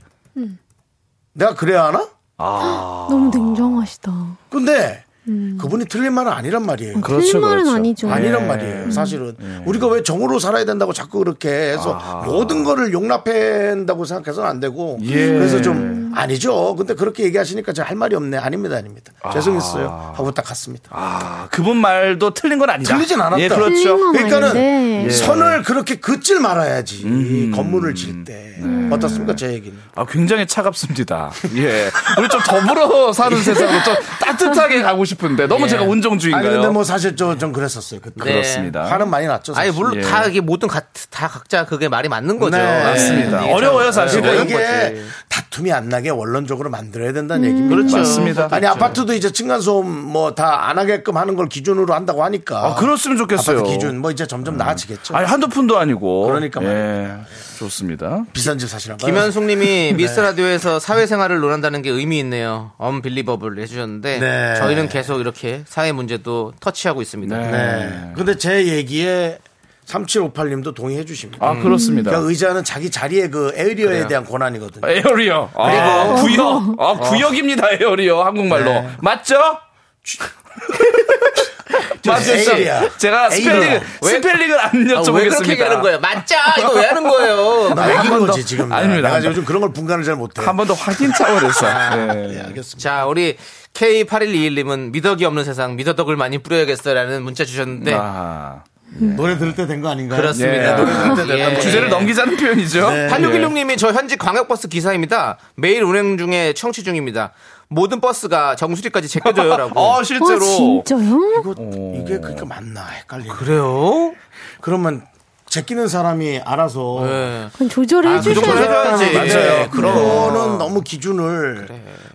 내가 그래야 하나?
너무 냉정하시다.
근데 그분이 틀린 말은 아니란 말이에요.
그렇죠.
틀린 말은 아니죠.
그렇죠, 아니란 말이에요. 사실은
예.
우리가 왜 정으로 살아야 된다고 자꾸 그렇게 해서
아.
모든 거를 용납한다고 생각해서는 안 되고
예.
그래서 좀 아니죠. 근데 그렇게 얘기하시니까 제가 할 말이 없네. 아닙니다, 아닙니다. 죄송했어요. 하고 딱 갔습니다.
아, 그분 말도 틀린 건 아니다.
틀리진 않았다.
예,
틀린
그렇죠.
건
그러니까는
아닌데.
선을 그렇게 긋질 말아야지 건물을 질 때 어떻습니까 제 얘기는
음. 네. 아, 굉장히 차갑습니다. 예. 우리 좀 더불어 사는 세상으로 좀 따뜻하게 가고 싶은데 너무 제가
아니
온정주의인가요?
근데 뭐 사실 저 좀 그랬었어요 그때
네.
그렇습니다.
화는 많이 났죠
아니
사실.
물론
예.
다 이게 모든 가, 다 각자 그게 말이 맞는 거죠.
네,
예.
맞습니다.
이게
어려워요,
참,
사실은.
예,
그러니까
어려운
이게
거지.
다툼이 안 나게 원론적으로 만들어야 된다는 얘기입니다. 그렇죠.
음, 맞습니다.
아니 아파트도 이제 층간소음 뭐 다 안 하게끔 하는 걸 기준으로 한다고 하니까.
아, 그랬으면 좋겠어요. 음.
아파트 기준 뭐 이제 점점 나아지겠죠.
아니, 한두 푼도 아니고.
그러니까
예. 좋습니다.
비싼 집 사시나 봐요.
김현숙
네.
님이 미스터 라디오에서 사회생활을 논한다는 게 의미 있네요. 언빌리버블 해주셨는데
네.
저희는 계속 이렇게 사회 문제도 터치하고 있습니다.
네. 근데 제 얘기에 3758님도 동의해 주십니다.
아, 그렇습니다.
그러니까 의자는 자기 자리의 그 에어리어에 대한 권한이거든요.
에어리어. 아, 구역. 아, 구역입니다, 에어리어. 한국말로.
네.
맞죠? 맞죠?
에이리야.
제가
에이리어.
스펠링, 스펠링을 안
아, 왜 그렇게
여쭤보겠습니다.
얘기하는 거예요? 맞죠? 이거 왜 하는 거예요?
나 왜
번
그런
더.
거지 지금?
아닙니다.
내가 요즘 그런 걸 분간을 잘 못해.
한 번 더 확인 차원에서.
네,
예.
알겠습니다.
자, 우리 K8121님은 미덕이 없는 세상 미더덕을 많이 뿌려야겠어라는 문자 주셨는데
아.
노래 들을 때 된 거 아닌가요?
그렇습니다.
예.
예.
주제를 넘기자는 표현이죠.
네.
예.
8616님이 저 현직 광역버스 기사입니다. 매일 운행 중에 청취 중입니다. 모든 버스가 정수리까지 제껴줘요라고.
어, 실제로.
어, 진짜요?
뭐 이거 이게 그러니까 맞나 헷갈리네.
그래요?
그러면 제끼는 사람이 알아서
네.
그럼 조절해
아, 그
주셔야
정도는 해줘야지.
맞아요.
예.
그거는 너무 기준을.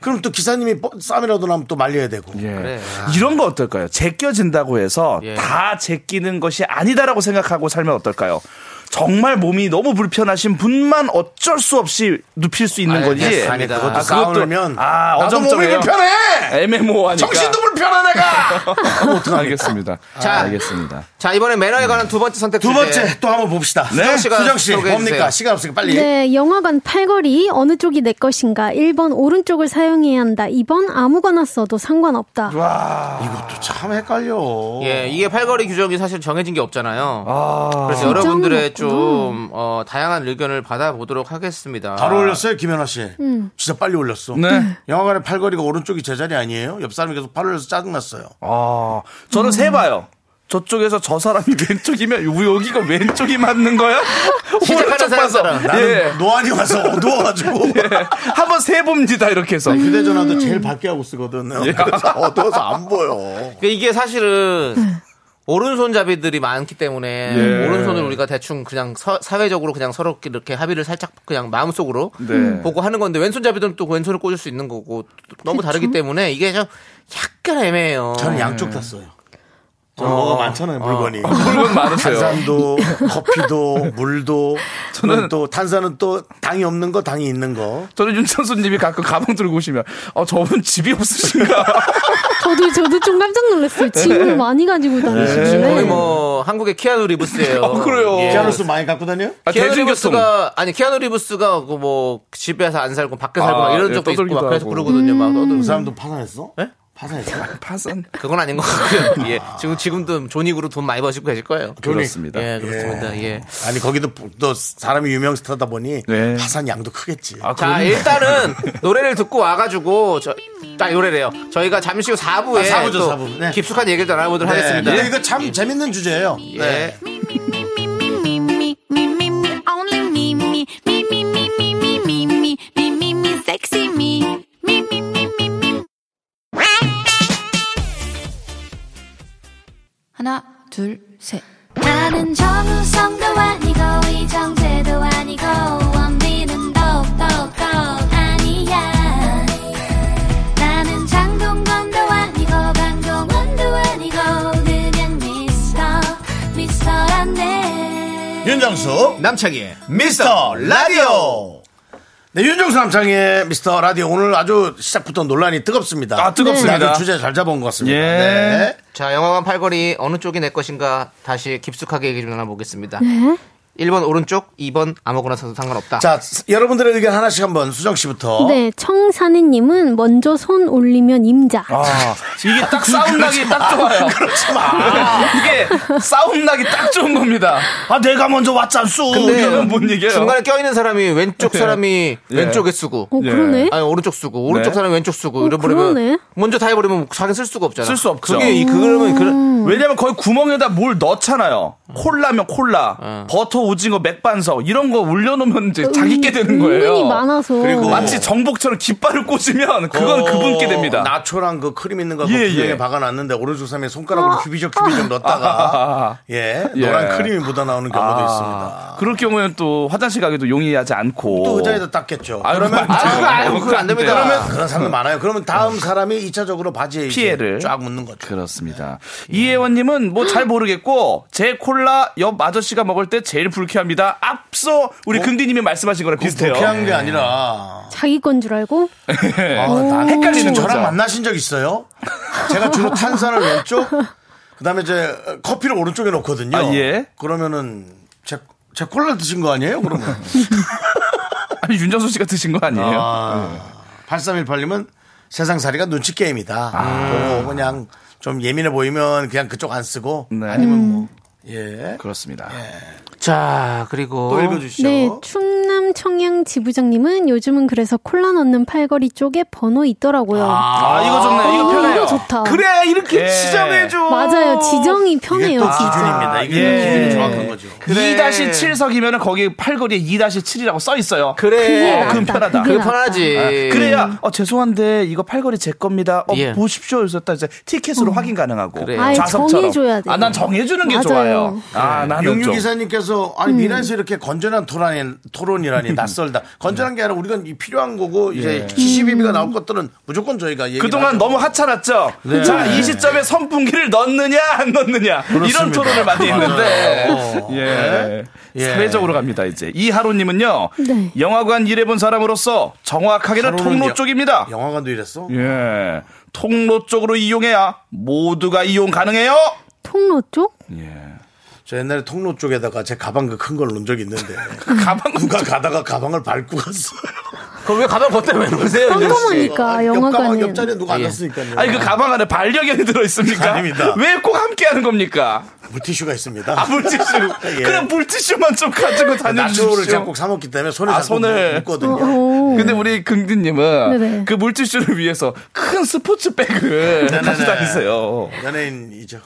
그럼또 기사님이 뻔- 싸움이라도 나면 또 말려야 되고.
예.
그래.
이런 거 어떨까요? 제껴진다고 해서
예.
다 제끼는 것이 아니다라고 생각하고 살면 어떨까요? 정말 몸이 너무 불편하신 분만 어쩔 수 없이 눕힐 수 있는
아니,
거지.
아니, 그것도
그것도-
싸우면
아,
나도 몸이
어정쩡해요. 그러니까.
불편해.
애매모호하니까.
정신도 불편한 애가.
아, 알겠습니다.
자.
알겠습니다.
자, 이번에 매너에 관한 두 번째 선택
두
주제.
번째 또 한번 봅시다.
네.
씨가
수정 씨
소개해
뭡니까?
주세요.
시간 없으니까 빨리.
네, 영화관 팔걸이 어느 쪽이 내 것인가? 1번 오른쪽을 사용해야 한다. 2번 아무거나 써도 상관없다.
이것도 참 헷갈려.
예, 이게 팔걸이 규정이 사실 정해진 게 없잖아요. 그래서 여러분들의 좀 어, 다양한 의견을 받아보도록 하겠습니다.
바로 올렸어요, 김연아 씨. 진짜 빨리 올렸어.
네.
영화관의 팔걸이가 오른쪽이 제자리 아니에요? 옆 사람이 계속 팔을 올려서 짜증났어요.
아, 저는 세 봐요. 저쪽에서 저 사람이 왼쪽이면 요- 여기가 왼쪽이 맞는 거야?
시작하는
오른쪽
사람
봐서.
따라.
나는
예.
노안이 와서 어두워가지고. 그러니까
한번 세 봅니다 이렇게 해서.
휴대전화도 제일 밝게 하고 쓰거든.
예.
요 그래서 어두워서 안 보여.
그러니까 이게 사실은 오른손잡이들이 많기 때문에
네.
예.
오른손을 우리가 대충 그냥 서- 사회적으로 그냥 서로 이렇게 합의를 살짝 그냥 마음속으로
네.
보고 하는 건데 왼손잡이들은 또 왼손을 꽂을 수 있는 거고 또 너무 다르기 때문에 이게 좀 약간 애매해요.
저는 양쪽 다 써요. 저는 뭐가 많잖아요, 물건이.
어. 물건 많으세요.
탄산도, 커피도, 물도. 저는 또 탄산은 또 당이 없는 거, 당이 있는 거.
저는 윤창수님이 가끔 가방 들고 오시면 어 저분 집이 없으신가?
저도 저도 좀 깜짝 놀랐어요.
네.
짐을 많이 가지고 다니시길래.
거의 뭐 한국의 키아누 리브스예요.
어, 그래요.
예.
피아노스 많이 갖고 다녀요?
아,
키아누
대중교통.
리브스가 아니 키아누 리브스가 그뭐 집에서 안 살고 밖에 살고
아,
막 이런
예,
적도 있고 막
떠돌기도
그래서
하고.
그러거든요. 막 떠들.
음.
그 사람도 파산했어?
예?
파산했어.
파산.
그건 아닌 것 같고요. 예. 지금 지금도 존익으로 돈 많이 버시고 계실 거예요.
그렇습니다.
예, 그렇습니다. 예.
아니, 거기도 또 사람이 유명 스타다 보니
네.
파산 양도 크겠지.
아,
자, 일단은 노래를 듣고 와가지고 저, 딱 노래래요. 저희가 잠시 후 4부에
아, 4부죠,
또
4부. 네.
깊숙한 얘기를 나눠보도록
네,
하겠습니다.
근데 이거 참 재밌는 주제예요.
예.
네.
Me, me, me, me, me, me, me, me, me, only me, me, me, me, me, me, me, me, me, me, me, me, sexy me. Me, me, me, me, me. 나는 정우성도 아니고 이정재도 아니고 원빈은 더욱더 아니야 나는 장동건도 아니고 방종원도 아니고 그냥 미스터 미스터란데
윤정수
남창희의
미스터 라디오. 네, 윤정수 남창의 미스터 라디오 오늘 아주 시작부터 논란이 뜨겁습니다.
아, 뜨겁습니다.
네, 아주 주제 잘 잡은 것 같습니다.
예.
네.
자, 영화관 팔걸이 어느 쪽이 내 것인가 다시 깊숙하게 얘기 좀 나눠보겠습니다. 1번 오른쪽, 2번 아무거나 써도 상관없다.
자, 스- 여러분들의 의견 하나씩 한번 수정 씨부터.
네, 청사내님은 먼저 손 올리면 임자.
아, 이게 딱 싸움 나기 딱 좋아요. 그렇지 마. 이게 싸움 나기 딱 좋은 겁니다. 아, 내가 먼저 왔잖소. 이러면 못 이겨요.
네. 중간에 껴있는 사람이 왼쪽 사람이
예.
왼쪽에 쓰고
어, 그러네.
아니 오른쪽 쓰고 오른쪽
네.
사람이 왼쪽 쓰고
어,
이러버리면
그러네.
먼저 다 해버리면 뭐 자기 쓸 수가 없잖아.
쓸수 없죠.
그게 이 그러면
음.
그
왜냐면 거의 구멍에다 뭘 넣잖아요. 콜라면 콜라, 버터 오징어 맥반석 이런 거 올려놓으면 이제 자기 게 되는
음, 은근히
거예요.
많아서.
그리고
마치 정복처럼 깃발을 꽂으면 그건
어,
그분께 됩니다.
나초랑 그 크림 있는 거
예,
예, 분명히
예.
박아놨는데 오른쪽 삼에 손가락으로 큐비적 큐비적 넣었다가 예, 노란 크림이 묻어나오는 경우도 있습니다.
아, 그럴 경우에는 또 화장실 가기도 용이하지 않고.
또 의자에다 닦겠죠.
아유,
그러면
맞아요.
그거 아유, 그거 안 됩니다.
그러면
그러면 그런 사람도 많아요. 그러면 다음 사람이 이차적으로 바지에 이제
피해를.
쫙 묻는 거죠.
그렇습니다. 이혜원님은 뭐 잘 모르겠고 제 콜라 옆 아저씨가 먹을 때 제일 불쾌합니다. 앞서 우리 금디님이 말씀하신 거랑 비슷해요. 예.
피한 게 아니라
자기 건 줄 알고?
헷갈리는 거죠.
아, 저랑 만나신 적 있어요? 제가 주로 탄산을 왼쪽, 그다음에 이제 커피를 오른쪽에 놓거든요.
아, 예.
그러면은 제, 제 콜라 드신 거 아니에요? 그러면
아니 윤정수 씨가 드신 거 아니에요? 예.
아, 8318님은 세상살이가 눈치게임이다. 보고 그냥 좀 예민해 보이면 그냥 그쪽 안 쓰고
아. 네.
아니면 뭐. 예.
그렇습니다.
자 그리고
또 읽어주시죠.
네, 충남 청양 지부장님은 요즘은 그래서 콜라 넣는 팔걸이 쪽에 번호 있더라고요.
아, 이거 좋네. 이거
어,
편해요.
이거 좋다.
그래 이렇게
예.
지정해줘.
맞아요. 지정이
이게
편해요,
또
진짜.
기준입니다. 이게
예.
기준이 정확한 거죠.
2-7석이면 거기 팔걸이에 2-7이라고 써 있어요.
그게
그래
아, 그건
낫다.
편하다.
네, 그게
그게
낫다.
편하지.
그래야 어, 죄송한데 이거 팔걸이 제 겁니다. 어,
예.
보십시오. 그래서 딱 이제 티켓으로 확인 가능하고
그래요.
아예
좌석처럼.
정해줘야 돼요.
아, 난 정해주는 게
맞아요.
좋아요. 아, 나는
육류
좀.
기사님께서 아니
음.
미란에서 이렇게 건전한 토론이,
음.
토론이라니 낯설다. 건전한 게 아니라 우리가 이 필요한 거고 이제
음.
시시비비가 나올 것들은 무조건 저희가 얘기.
예. 그동안 너무 하찮았죠. 자, 이 시점에 선풍기를 넣느냐 안 넣느냐 이런
그렇습니다.
토론을 많이 했는데
맞아요.
예.
예.
사회적으로 갑니다 이제 이하로님은요
네.
영화관 일해본 사람으로서 정확하게는 통로 쪽입니다.
영화관도 이랬어.
예. 통로 쪽으로 이용해야 모두가 이용 가능해요.
통로 쪽?
저 옛날에 통로 쪽에다가 제 가방 그 큰 걸 놓은 적이 있는데
가방
누가 가다가 가방을 밟고 갔어요.
그럼 왜 가방 벗다 왜 놓으세요?
깜깜하니까,
아, 옆가방
그러니까 영화관은.
옆자리에 누가
예.
앉았으니까요.
아니 그 가방 안에 반려견이 들어 있습니까?
아닙니다.
왜 꼭 함께 하는 겁니까?
물티슈가 있습니다.
아 물티슈.
예.
그냥 물티슈만 좀 가지고 다녀주십시오.
나초를 제가 꼭 사먹기 때문에 손에
아,
자꾸
손을.
묻거든요.
오.
근데 우리 긍디님은
어, 네네.
그 물티슈를 위해서 큰 스포츠백을
네네네.
가지고 다니세요.
연예인이죠.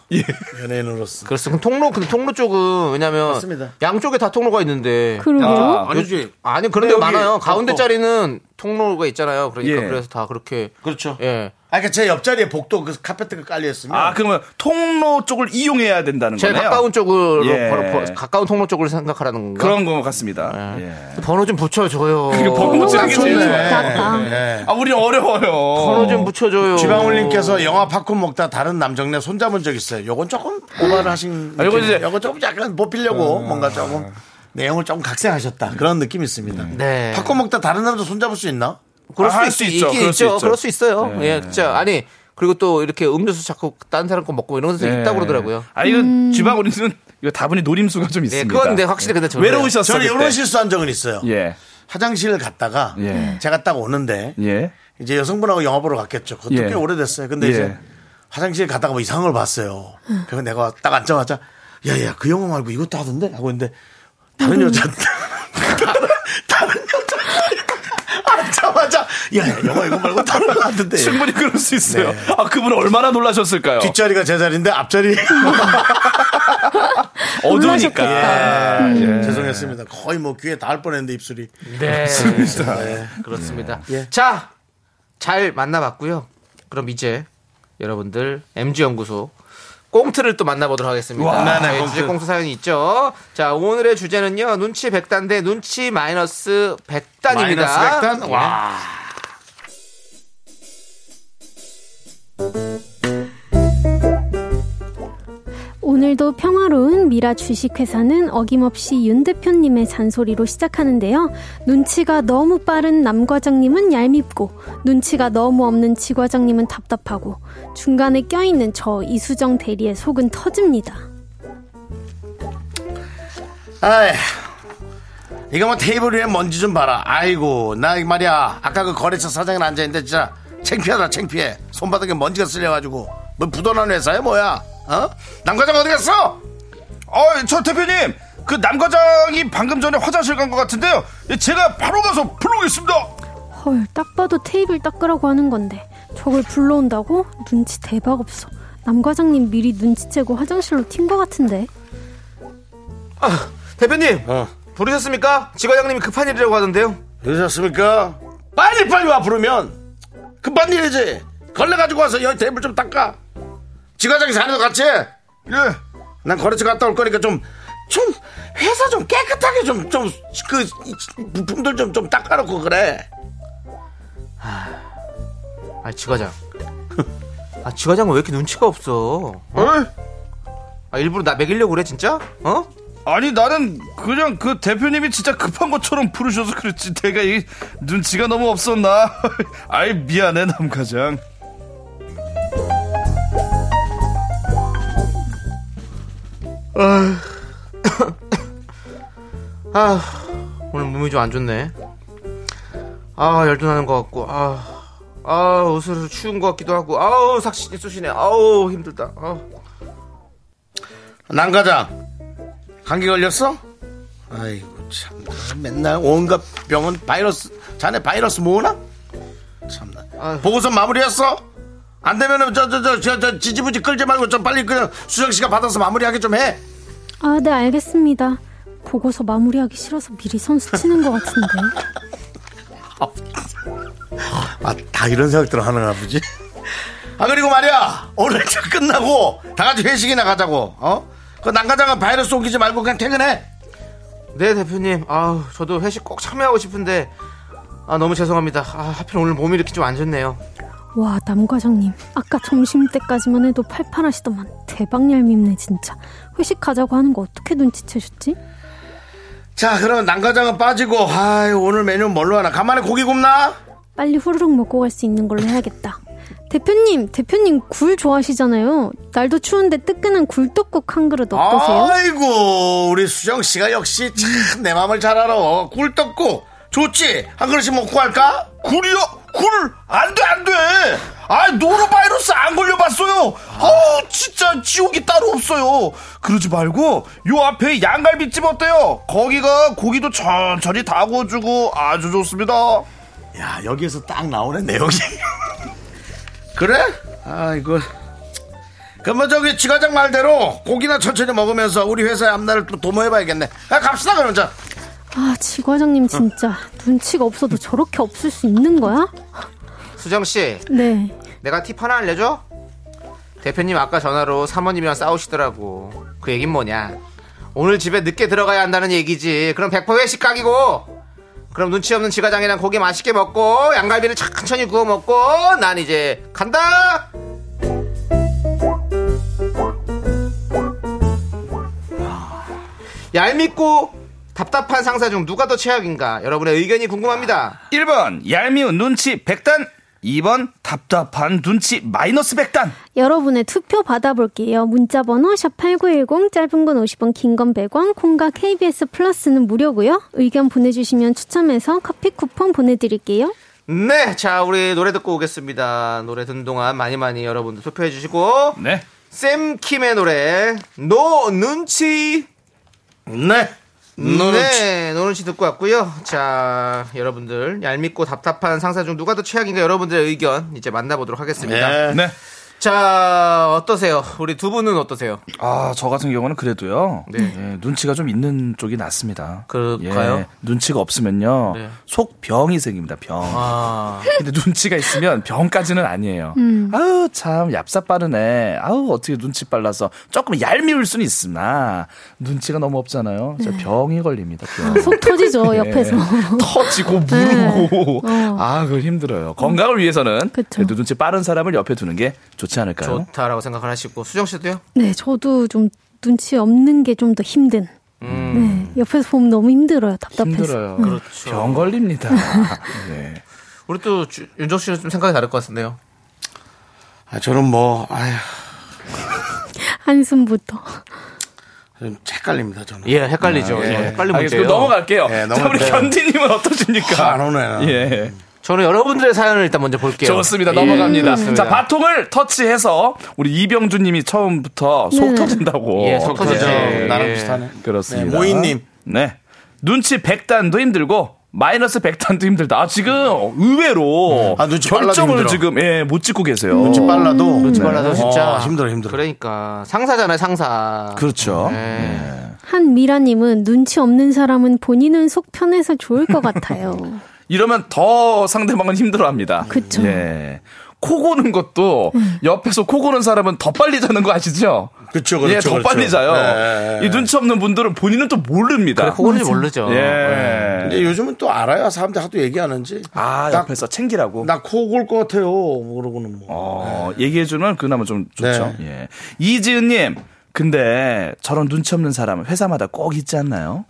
연예인으로서.
그렇습니다. 그럼 통로 근데 통로 쪽은 왜냐면
맞습니다.
양쪽에 다 통로가 있는데
그러게요.
아,
아니지.
아니 그런 데가
여기
많아요. 가운데
복도.
자리는 통로가 있잖아요. 그러니까
예.
그래서 다 그렇게
그렇죠.
예.
아, 그러니까 제 옆자리에 복도 그 카페트가 깔려있으면.
아 그러면 통로 쪽을 이용해야 된다는
제일
거네요.
가까운 쪽으로
예.
바로 버- 가까운 통로 쪽으로 생각하라는 건가? 네.
그런 것 같습니다. 예.
번호 좀 붙여줘요.
그게 번호
통로가
붙이는 게 제일
제일
좋아요.
낫다.
예.
아 어. 우리 어려워요.
번호 좀 붙여줘요.
지방울님께서 영화 팝콘 먹다 다른 남정네 손잡은 적 있어요. 요건 조금 오바를 하신.
아, 요건
느낌.
이제- 아.
요건 조금 약간 못 빌려고 뭔가 조금 내용을 조금 각색하셨다. 그런 느낌이 있습니다.
음.
네.
팝콘 먹다 다른 남자 손잡을 수 있나?
그럴
아,
수,
할
있
수 있죠.
있긴
그럴 수
있죠.
있죠. 네.
그럴 수 있어요. 예. 진짜 아니 그리고 또 이렇게 음료수 자꾸 딴 사람 거 먹고 이런 것도 있다고 그러더라고요.
아 이거
음.
지방울이는 이거 다분히 노림수가 좀
네,
있습니다.
그건 네, 확실히 근데 저는
외로우셨어요.
저는
그때?
이런 실수한 적은 있어요.
예.
화장실을 갔다가
예.
제가 딱 오는데
예.
이제 여성분하고 영화 보러 갔겠죠. 그것도
예.
꽤 오래됐어요. 근데 이제
예.
화장실 갔다가 뭐 이상한 걸 봤어요. 그래서 내가 딱 앉자마자 야야 그 영화 말고 이것도 하던데 하고 있는데 다른 여자 다른, 다른 여자 앉자마자 야야 영화 이거 말고 다른 거 하던데
충분히 그럴 수 있어요. 아 그분 얼마나 놀라셨을까요?
뒷자리가 제 자리인데 앞자리
어두우니까. 예. 예.
죄송했습니다. 거의 뭐 귀에 닿을 뻔했는데 입술이
네.
네.
그렇습니다.
예.
자, 잘 만나봤고요. 그럼 이제 여러분들 MG 연구소 꽁트를 또 만나보도록 하겠습니다.
네,
와,
저희 주제 꽁트 사연이 있죠. 자, 오늘의 주제는요. 눈치 100단 대 눈치 마이너스 100단입니다.
마이너스 백단 와
오늘도 평화로운 미라 주식회사는 어김없이 윤 대표님의 잔소리로 시작하는데요. 눈치가 너무 빠른 남 과장님은 얄밉고, 눈치가 너무 없는 지 과장님은 답답하고, 중간에 껴있는 저 이수정 대리의 속은 터집니다.
아이, 이거 뭐 테이블 위에 먼지 좀 봐라. 아이고, 나 이 말이야. 아까 그 거래처 사장에 앉아있는데 진짜 창피하다, 창피해. 손바닥에 먼지가 쓸려가지고. 뭐 부도난 회사야, 뭐야? 어? 남과장 어디 갔어?
어, 저 대표님, 그 남과장이 방금 전에 화장실 간 것 같은데요. 제가 바로 가서 불러오겠습니다.
헐, 딱 봐도 테이블 닦으라고 하는 건데 저걸 불러온다고? 눈치 대박 없어. 남 과장님 미리 눈치채고 화장실로 튄 것 같은데.
아, 대표님.
어.
부르셨습니까? 지과장님이 급한 일이라고 하던데요.
늦었습니까? 빨리 빨리 와 부르면 급한 일이지. 걸레 가지고 와서 여기 테이블 좀 닦아. 지과장이 자네도 같이. 해.
예.
난 거래처 갔다 올 거니까 좀. 좀 회사 좀 깨끗하게 좀 좀 그 부품들 좀 좀 닦아놓고 그래.
아, 지과장. 아, 지과장은 왜 이렇게 눈치가 없어? 어? 아, 일부러 나 먹이려고 그래, 진짜? 어?
아니 나는 그냥 그 대표님이 진짜 급한 것처럼 부르셔서 그렇지 내가 이 눈치가 너무 없었나 아이 미안해 남과장
아, 오늘 몸이 좀 안 좋네. 아, 열도 나는 것 같고, 아, 아, 으스르 추운 것 같기도 하고, 아우, 삭신이 쑤시네. 아우, 힘들다. 아.
난가장 감기 걸렸어? 아이고 참나 맨날 온갖 병은 바이러스 자네 바이러스 모으나? 참나 보고서 마무리했어? 안 되면은 저 저 저 저 지지부지 끌지 말고 좀 빨리 그냥 수정 씨가 받아서 마무리하게 좀 해.
아, 네, 알겠습니다. 보고서 마무리하기 싫어서 미리 선수 치는 것 같은데.
아 다 이런 생각들 하는가 보지. 아 그리고 말이야 오늘 저 끝나고 다 같이 회식이나 가자고. 어? 그 난가장은 바이러스 옮기지 말고 그냥 퇴근해.
네, 대표님. 아우, 저도 회식 꼭 참여하고 싶은데, 아, 너무 죄송합니다. 아, 하필 오늘 몸이 이렇게 좀 안 좋네요.
와, 남 과장님. 아까 점심 때까지만 해도 팔팔하시더만 대박 얄밉네, 진짜. 회식 가자고 하는 거 어떻게 눈치채셨지?
자 그럼 난가장은 빠지고 아 오늘 메뉴 뭘로 하나? 간만에 고기 굽나?
빨리 후루룩 먹고 갈 수 있는 걸로 해야겠다. 대표님, 대표님 굴 좋아하시잖아요. 날도 추운데 뜨끈한 굴떡국 한 그릇
아!
어떠세요?
아이고 우리 수정 씨가 역시 참 내 마음을 잘
어,
알아. 꿀떡국 좋지? 한 그릇씩 먹고 할까?
굴이요 굴 안돼 안돼 아 노로바이러스 안 걸려봤어요 아우 진짜 지옥이 따로 없어요 그러지 말고 요 앞에 양갈비집 어때요 거기가 고기도 천천히 다 구워주고 아주 좋습니다
야 여기에서 딱 나오네 내용이. 그래? 아이고. 그럼 뭐 저기 지과장 말대로 고기나 천천히 먹으면서 우리 회사의 앞날을 또 도모해봐야겠네. 야, 갑시다 그럼 자.
아, 지 과장님 진짜 눈치가 없어도 저렇게 없을 수 있는 거야?
수정씨,
네.
내가 팁 하나 알려줘? 대표님 아까 전화로 사모님이랑 싸우시더라고. 그 얘긴 뭐냐? 오늘 집에 늦게 들어가야 한다는 얘기지. 그럼 백퍼 회식 각이고. 그럼 눈치 없는 지과장이랑 고기 맛있게 먹고 양갈비를 천천히 구워 먹고 난 이제 간다. 얄밉고 답답한 상사 중 누가 더 최악인가? 여러분의 의견이 궁금합니다.
1번 얄미운 눈치 100단 2번 답답한 눈치 마이너스 100단
여러분의 투표 받아볼게요. 문자 번호 샵8910 짧은 건 50원 긴 건 100원 콩과 KBS 플러스는 무료고요. 의견 보내주시면 추첨해서 커피 쿠폰 보내드릴게요.
네, 자 우리 노래 듣고 오겠습니다. 노래 듣는 동안 많이 많이 여러분들 투표해 주시고
네
샘 킴의 노래 노 눈치
네. 노릇.
네, 노눈치 듣고 왔고요. 자, 여러분들 얄밉고 답답한 상사 중 누가 더 최악인가 여러분들의 의견 이제 만나보도록 하겠습니다.
네.
네.
자, 어떠세요? 우리 두 분은 어떠세요?
아, 저 같은 경우는 그래도요.
네.
예, 눈치가 좀 있는 쪽이 낫습니다.
그럴까요?
예, 눈치가 없으면요.
네.
속병이 생깁니다, 병.
아,
근데 눈치가 있으면 병까지는 아니에요.
음.
아우, 참, 얍삽 빠르네. 아우, 어떻게 눈치 빨라서. 조금 얄미울 수는 있으나, 눈치가 너무 없잖아요.
네.
진짜 병이 걸립니다, 병. 네.
속 터지죠, 옆에서.
터지고 무르고
네. 어.
아 그걸 힘들어요 건강을 위해서는
어. 그쵸.
그래도 눈치 빠른 사람을 옆에 두는 게 좋지 않을까요?
좋다라고 생각을 하시고 수정 씨도요?
네, 저도 좀 눈치 없는 게 좀 더 힘든. 네, 옆에서 보면 너무 힘들어요. 답답해서.
음. 힘들어요
그렇죠.
음. 병 걸립니다 네.
우리 또 주- 윤정 씨는 좀 생각이 다를 것 같은데요.
아, 저는 뭐, 아휴.
한숨부터.
좀 헷갈립니다, 저는.
예, 헷갈리죠.
예.
예, 헷갈리면
알겠습니다. 그럼
돼요.
넘어갈게요.
예,
자, 우리
넘어갈게요.
견디님은
아,
어떠십니까?
안 오네.
예.
저는 여러분들의 사연을 일단 먼저 볼게요.
좋습니다.
예,
넘어갑니다.
좋습니다.
음. 자, 바통을 터치해서 우리 이병준 님이 처음부터 속
네.
터진다고.
예, 속
그죠.
터지죠. 예.
나랑 비슷하네.
그렇습니다.
네, 모인님.
네. 눈치 100단도 힘들고 마이너스 100단도 힘들다. 아, 지금 의외로
아, 눈치 빨라도
결정을
힘들어.
지금 예, 못 찍고 계세요.
어? 눈치 빨라도.
눈치 빨라서 예. 진짜
어, 힘들어, 힘들어.
그러니까 상사잖아요, 상사.
그렇죠.
네.
예.
한미라님은 눈치 없는 사람은 본인은 속 편해서 좋을 것 같아요.
이러면 더 상대방은 힘들어합니다.
그쵸.
예. 코 고는 것도
음.
옆에서 코 고는 사람은 더 빨리 자는 거 아시죠?
그쵸, 그쵸,
예, 더
그렇죠, 그쵸.
빨리 자요.
네.
이 눈치 없는 분들은 본인은 또 모릅니다.
그거는 모르죠.
예.
근데 네. 요즘은 또 알아요. 사람들 하도 얘기하는지.
아,
나,
옆에서 챙기라고.
나코골것 같아요. 뭐 그러고는 뭐.
어, 얘기해주면 그나마 좀 좋죠.
네.
예. 이지은님, 근데 저런 눈치 없는 사람은 회사마다 꼭 있지 않나요?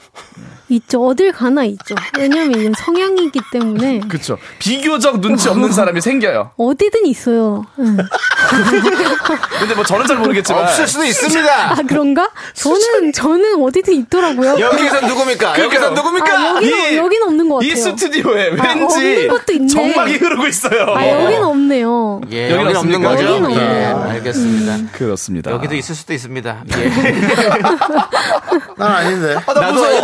있죠. 어딜 가나 있죠. 왜냐면 이건 성향이기 때문에
그렇죠. 비교적 눈치 없는 사람이 생겨요.
어디든 있어요. 응.
근데 뭐 저는 잘 모르겠지만.
없을 수도 있습니다.
아 그런가? 저는 저는 어디든 있더라고요.
여기서 누굽니까? 여기서 누굽니까?
그러니까!
아, 여기는
예.
이-
여기는 없는 것 같아요.
이 스튜디오에
없는
왠지
것도 있네.
정막이 흐르고 있어요.
아 여기는 없네요.
예,
여기는
여기는 없는
없습니까?
거죠.
여기는
예,
없네요. 음.
알겠습니다.
그렇습니다.
여기도 있을 수도 있습니다. 예.
난 아닌데.
아, 나 무서워.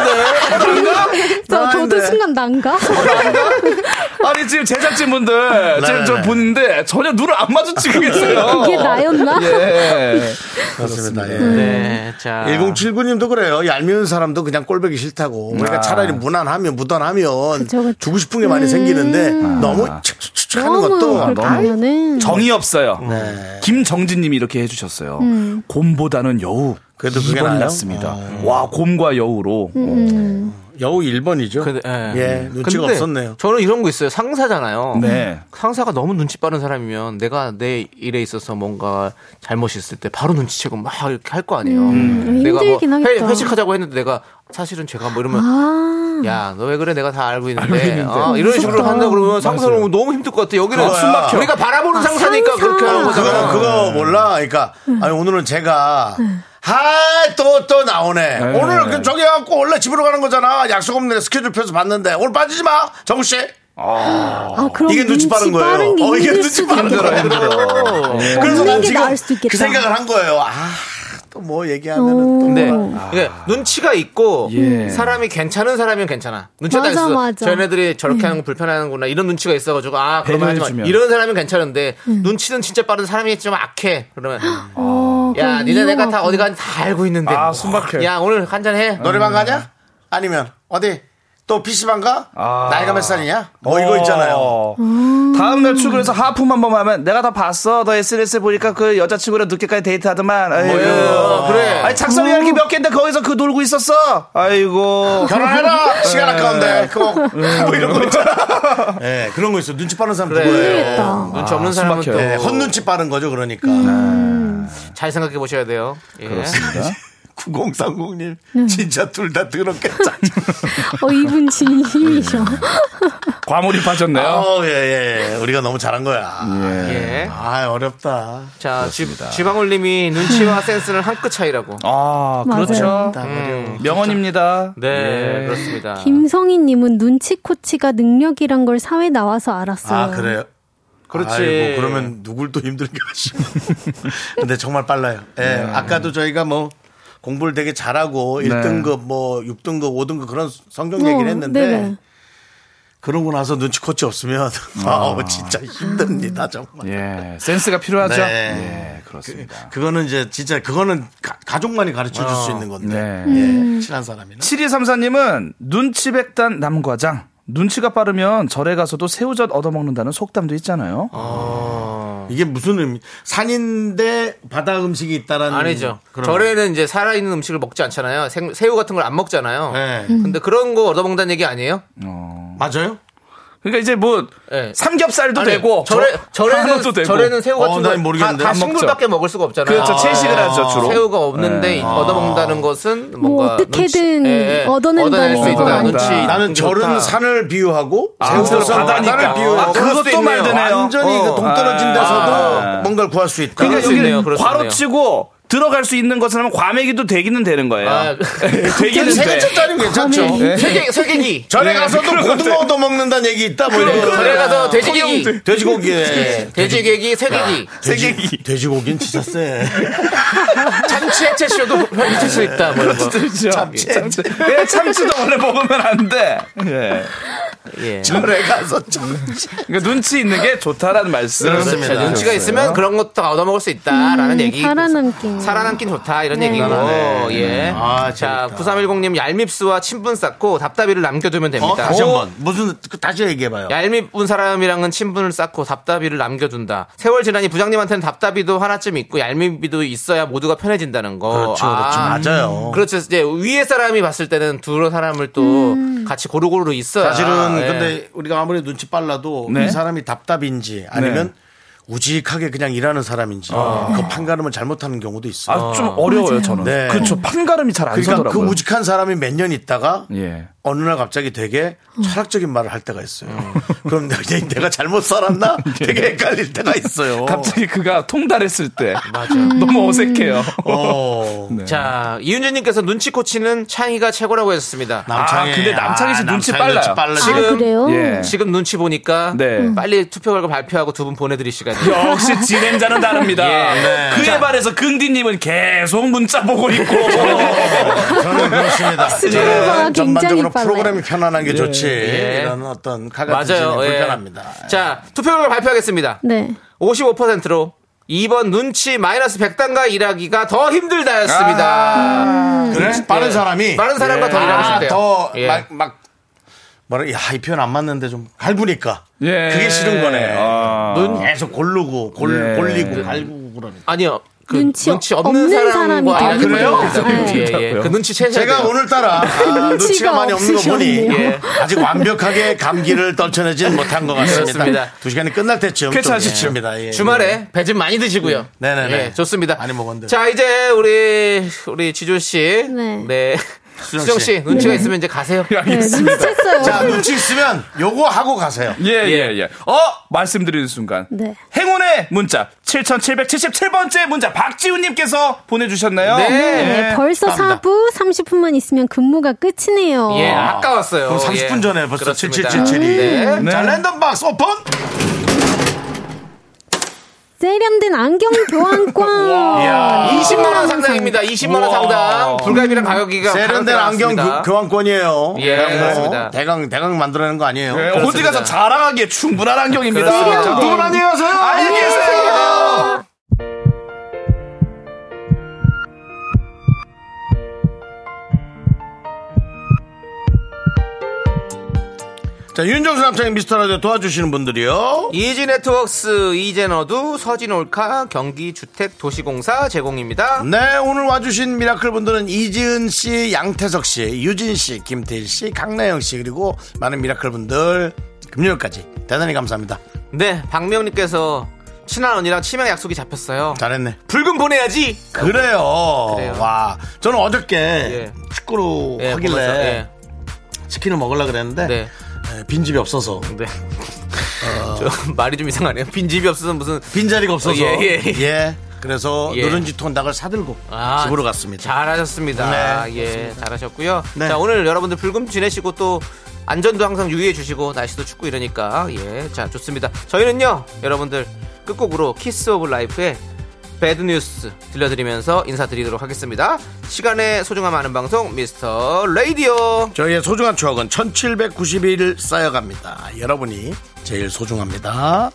저,
아,
저도
네.
순간
어,
난가?
아니 지금 제작진 분들
네,
지금
네,
저
네.
보는데 전혀 눈을 안 마주치고 계세요.
그게 나였나?
예.
그렇습니다. 예.
네, 자.
1079님도 그래요. 얄미운 사람도 그냥 꼴보기 싫다고. 그러니까
아.
차라리 무난하면 무던하면
그쵸, 그쵸.
주고 싶은 게 많이 생기는데 너무
아.
칙칙칙 하는
너무
것도
그렇게 하면은
정이 없어요.
네.
김정진님이 이렇게 해주셨어요.
음.
곰보다는 여우.
그래도 그게
2번
나아요? 어.
났습니다. 와 곰과 여우로.
음,
여우 1번이죠.
근데, 예.
예, 눈치가
근데
없었네요.
저는 이런 거 있어요. 상사잖아요.
네.
상사가 너무 눈치 빠른 사람이면 내가 내 일에 있어서 뭔가 잘못이 있을 때 바로 눈치채고 막 이렇게 할 거 아니에요. 내가 뭐
음. 힘들긴
회-
하겠다.
회식하자고 했는데 내가 사실은 제가 뭐 이러면
아
야, 너 왜 그래? 내가 다 알고 있는데. 아, 이런 식으로 한다 그러면 상사는 너무 힘들 것 같아. 여기는
그거야.
숨 막혀. 우리가 바라보는 상사니까
아, 상사.
그렇게 하는 거잖아.
그거, 그거 몰라. 그러니까,
네.
아니, 오늘은 제가, 하, 또, 또 나오네. 오늘 그 저기 해갖고 원래 집으로 가는 거잖아. 약속 없는데 스케줄 펴서 봤는데. 오늘 빠지지 마! 정우씨!
아, 그럼
어, 이게 눈치 빠른 거예요.
빠른 게
어, 이게
힘들
눈치
수도
빠른
있겠다.
거예요. 그래서
없는
난
게
지금
나을 수도 있겠다.
그 생각을 한 거예요. 아, 또 뭐 얘기하면은 또.
오. 네.
근데 이게 네. 그러니까
아.
눈치가 있고
예.
사람이 괜찮은 사람이면 괜찮아. 눈치가 딱
맞아,
있어.
맞아.
저희네들이 저렇게 하는 거 불편하는구나. 이런 눈치가 있어가지고 아 그러면 하지 마.
배려해주면.
이런 사람이면 괜찮은데
음.
눈치는 진짜 빠른 사람이 좀 악해. 그러면
어,
야
그럼
니네 내가 다
이용하고.
어디 간지 다 알고 있는데.
아, 어, 숨 막혀.
야 오늘 한잔 해.
노래방 가냐? 아니면, 어디? 또 PC방 가?
아.
나이가 몇 살이냐? 뭐 이거 있잖아요.
어. 다음날 출근해서 하품 한 번 하면 내가 다 봤어. 너 SNS 보니까 그 여자친구랑 늦게까지 데이트하더만. 아이고.
어, 그래.
아니 작성이 할게 몇 개인데 거기서 그 놀고 있었어. 아이고.
결혼해라! 시간 아까운데. 그거, 뭐 이런 거 있잖아. 예, 그런 거 있어. 눈치 빠른 사람 그거예요.
모르겠다.
눈치 없는 사람은
막혀요.
또
예, 헛눈치 빠른 거죠, 그러니까.
음. 잘 생각해 보셔야 돼요. 예.
9030님,
음.
진짜 둘 다 더럽게 짜.
어, 이분 진심이셔.
음.
과몰입하셨네요.
어, 예, 예, 예. 우리가 너무 잘한 거야.
예.
아, 어렵다.
자, 지, 지방울님이 눈치와 센스는 한 끗 차이라고.
아, 그렇죠.
음,
명언입니다.
네,
예.
그렇습니다.
김성희님은 눈치 코치가 능력이란 걸 사회 나와서 알았어요.
아, 그래요?
그렇지.
아이고, 그러면 누굴 또 힘들게 하시고. 근데 정말 빨라요. 예.
네.
아까도 저희가 뭐 공부를 되게 잘하고 일 1등급
네.
뭐 6등급 5등급 그런 성적 얘기를
어,
했는데
네네.
그러고 나서 눈치 코치 없으면 아우 진짜 힘듭니다 정말.
예, 센스가 필요하죠.
네.
예, 그렇습니다.
그거는 이제 진짜 그거는 가, 족만이 가르쳐 줄 수 있는 건데.
네.
예. 친한 사람이나.
7234님은 그 눈치 백단 남과장. 눈치가 빠르면 절에 가서도 새우젓 얻어먹는다는 속담도 있잖아요.
어.
이게 무슨 의미? 산인데 바다 음식이 있다라는
아니죠.
그런
절에는 이제 살아있는 음식을 먹지 않잖아요. 생- 새우 같은 걸 안 먹잖아요.
네.
근데 그런 거 얻어먹는다는 얘기 아니에요?
맞아요?
그러니까 이제 뭐
예.
삼겹살도
아니,
되고
뭐, 절에, 절에는,
한우도 네. 되고.
절에는 새우
어,
같은
난
걸
모르겠는데.
다, 다
안
먹죠.
식물밖에 먹을 수가 없잖아요.
그렇죠. 채식을 하죠, 주로. 네. 아.
새우가 없는데 얻어먹는다는 것은 뭔가
뭐 어떻게든
눈치- 예,
얻어낸다는
얻어낼 수
건
있다.
아니다.
눈치.
나는 절은
좋다.
산을 비유하고
새우는
새우는
바다니까.
바다를 비유하고
아, 그것도
그럴 수도
말 되네요.
완전히
어.
그 동떨어진 데서도 뭔가를 구할 수 있다.
그러니까
그러니까 그럴 수
여기는
있네요, 그럴 수
괄호
있네요.
치고 들어갈 수 있는 것은 하면 과메기도 되기는 되는 거예요.
아, 예.
되기는 돼.
세개짜리 괜찮죠.
네.
세계 세계기.
전에 가서도 고등어도 먹는다는 얘기 있다 뭐 이런 거.
전에 가서 돼지기.
돼지고기에
돼지개기 세계기.
아.
돼지, 돼지고기는 진짜 세.
참치 해체쇼도 펼칠 수 있다. 뭐 이런 거.
참치. 예, 참치도 원래 먹으면 안 돼. 예.
예.
전에 가서 참.
그러니까 눈치 있는 게 좋다라는 말씀.
그렇죠. 눈치가 있으면 그런 것도 얻어먹을 수 있다라는 얘기.
음, 살아남기.
살아남긴 좋다 이런
네.
얘기고 예.
아,
자, 9310님 얄밉스와 친분 쌓고 답답이를 남겨두면
어,
됩니다.
다시
오,
한번 무슨 그, 다시 얘기해봐요.
얄밉은 사람이랑은 친분을 쌓고 답답이를 남겨준다. 세월 지나니 부장님한테는 답답이도 하나쯤 있고 얄밉이도 있어야 모두가 편해진다는 거.
그렇죠, 그렇죠.
음.
아,
맞아요.
그렇죠. 이제 위에 사람이 봤을 때는 두 사람을 또
음.
같이 고루고루 있어야.
사실은
예.
근데 우리가 아무리 눈치 빨라도
네.
이 사람이 답답인지 아니면 우직하게 그냥 일하는 사람인지 그 판가름을 잘못하는 경우도 있어요.
아, 좀 어려워요, 저는.
네.
그렇죠. 판가름이 잘 안
그러니까 그
서더라고요.
우직한 사람이 몇 년 있다가
예.
어느 날 갑자기 되게 철학적인 말을 할 때가 있어요.
음.
그럼 내가, 내가 잘못 살았나? 되게 헷갈릴 때가 있어요.
예. 갑자기 그가 통달했을 때. 맞아. 너무 어색해요.
어.
네.
자, 이윤주님께서 눈치 코치는 창희가 최고라고 하셨습니다.
남창희.
아, 근데 남창희 씨 눈치
남창희
빨라요.
아,
지금-
그래요?
네.
예.
지금 눈치 보니까
네. 음.
빨리 투표 결과 발표하고 두 분 보내드릴 시간이
역시 진행자는 다릅니다.
예.
그에 반해서 긍디님은 계속 문자 보고 있고.
저는 그렇습니다.
스스로가
저는 전반적으로
굉장히 빨라요.
프로그램이 편안한 게 좋지.
예.
이런 어떤 가가진이
맞아요. 예.
불편합니다.
자, 투표 결과 발표하겠습니다.
네.
55%로 2번 눈치 마이너스 100단과 일하기가 더 힘들다였습니다.
그래? 빠른 아, 사람이
예.
예. 아,
빠른 사람과 더 일하고 싶대요.
더막
예.
막 뭐라 야, 이 표현 안 맞는데 좀 갈구니까
예.
그게 싫은 거네.
눈-
계속 고르고 골,
예.
골리고 갈구고 그러니까.
아니요. 그
눈치
눈치, 없는,
없는 사람이 네.
사람과
되게 힘들어요.
예, 예.
힘들다고요?
그 눈치 채셔야
제가
돼요.
오늘따라 아, 눈치가
눈치가
많이 없는 거 보니
없으셨네요.
예.
아직 완벽하게 감기를 떨쳐내진 못한 것
그렇습니다.
같습니다. 두 시간이 끝날 때쯤 좀
괜찮으시죠?
예. 예.
주말에 배 좀 많이 드시고요.
네네네.
예, 좋습니다.
많이 먹었는데.
자, 이제 우리 우리 지조 씨,
네.
수정 씨 눈치가 있으면 이제 가세요.
네, 눈치챘어요.
자 눈치 있으면 요거 하고 가세요.
예, 예, 예. 어! 말씀드리는 순간.
네.
행운의 문자 7777번째 문자 박지훈님께서 보내주셨나요?
네.
네,
예.
벌써
감사합니다.
4부 30분만 있으면 근무가 끝이네요.
예, 아까웠어요.
그럼 30분
예.
전에 벌써
그렇습니다.
7777이.
네.
네.
자 랜덤 박스 오픈.
세련된 안경 교환권.
20만 원 상당입니다. 20만 원 상당. 불가비랑 가격이가
세련된
가격대가
안경
많습니다.
교- 교환권이에요.
그러니까 예,
그냥 뭐
그렇습니다.
대강 대강 만들어내는 거 아니에요.
예, 어디
그렇습니다.
가서 자랑하기에 충분한 안경입니다.
그렇습니다. 네.
자,
두분 안녕히 가세요.
아, 예.
안녕히 계세요.
자 윤정수 남창의 미스터 라디오 도와주시는 분들이요.
이지 네트워크스 이젠어두 서진올카 경기 주택 도시공사 제공입니다.
네, 오늘 와주신 미라클 분들은 이지은 씨, 양태석 씨, 유진 씨, 김태일 씨, 강나영 씨, 그리고 많은 미라클 분들 금요일까지 대단히 감사합니다.
네, 박명님께서 친한 언니랑 치명 약속이 잡혔어요.
잘했네.
불금 보내야지.
그래요.
그래요.
와, 저는 어저께 축구로
예,
하길래
보면서, 예.
치킨을 먹으려고 그랬는데
네.
에, 빈집이 없어서
네. 저 말이 좀 이상하네요. 빈집이 없어서 무슨
빈자리가 없어서
어, 예, 예, 예.
그래서
예.
누룽지 통닭을 사들고
아,
집으로 갔습니다.
잘하셨습니다.
네,
예, 잘하셨고요.
네.
자, 오늘 여러분들 불금 지내시고 또 안전도 항상 유의해 주시고 날씨도 춥고 이러니까 예, 자 좋습니다. 저희는요, 여러분들 끝곡으로 키스 오브 라이프의 배드 뉴스 들려드리면서 인사드리도록 하겠습니다. 시간의 소중함 아는 방송 미스터 레이디오.
저희의 소중한 추억은 1791일 쌓여갑니다. 여러분이 제일 소중합니다.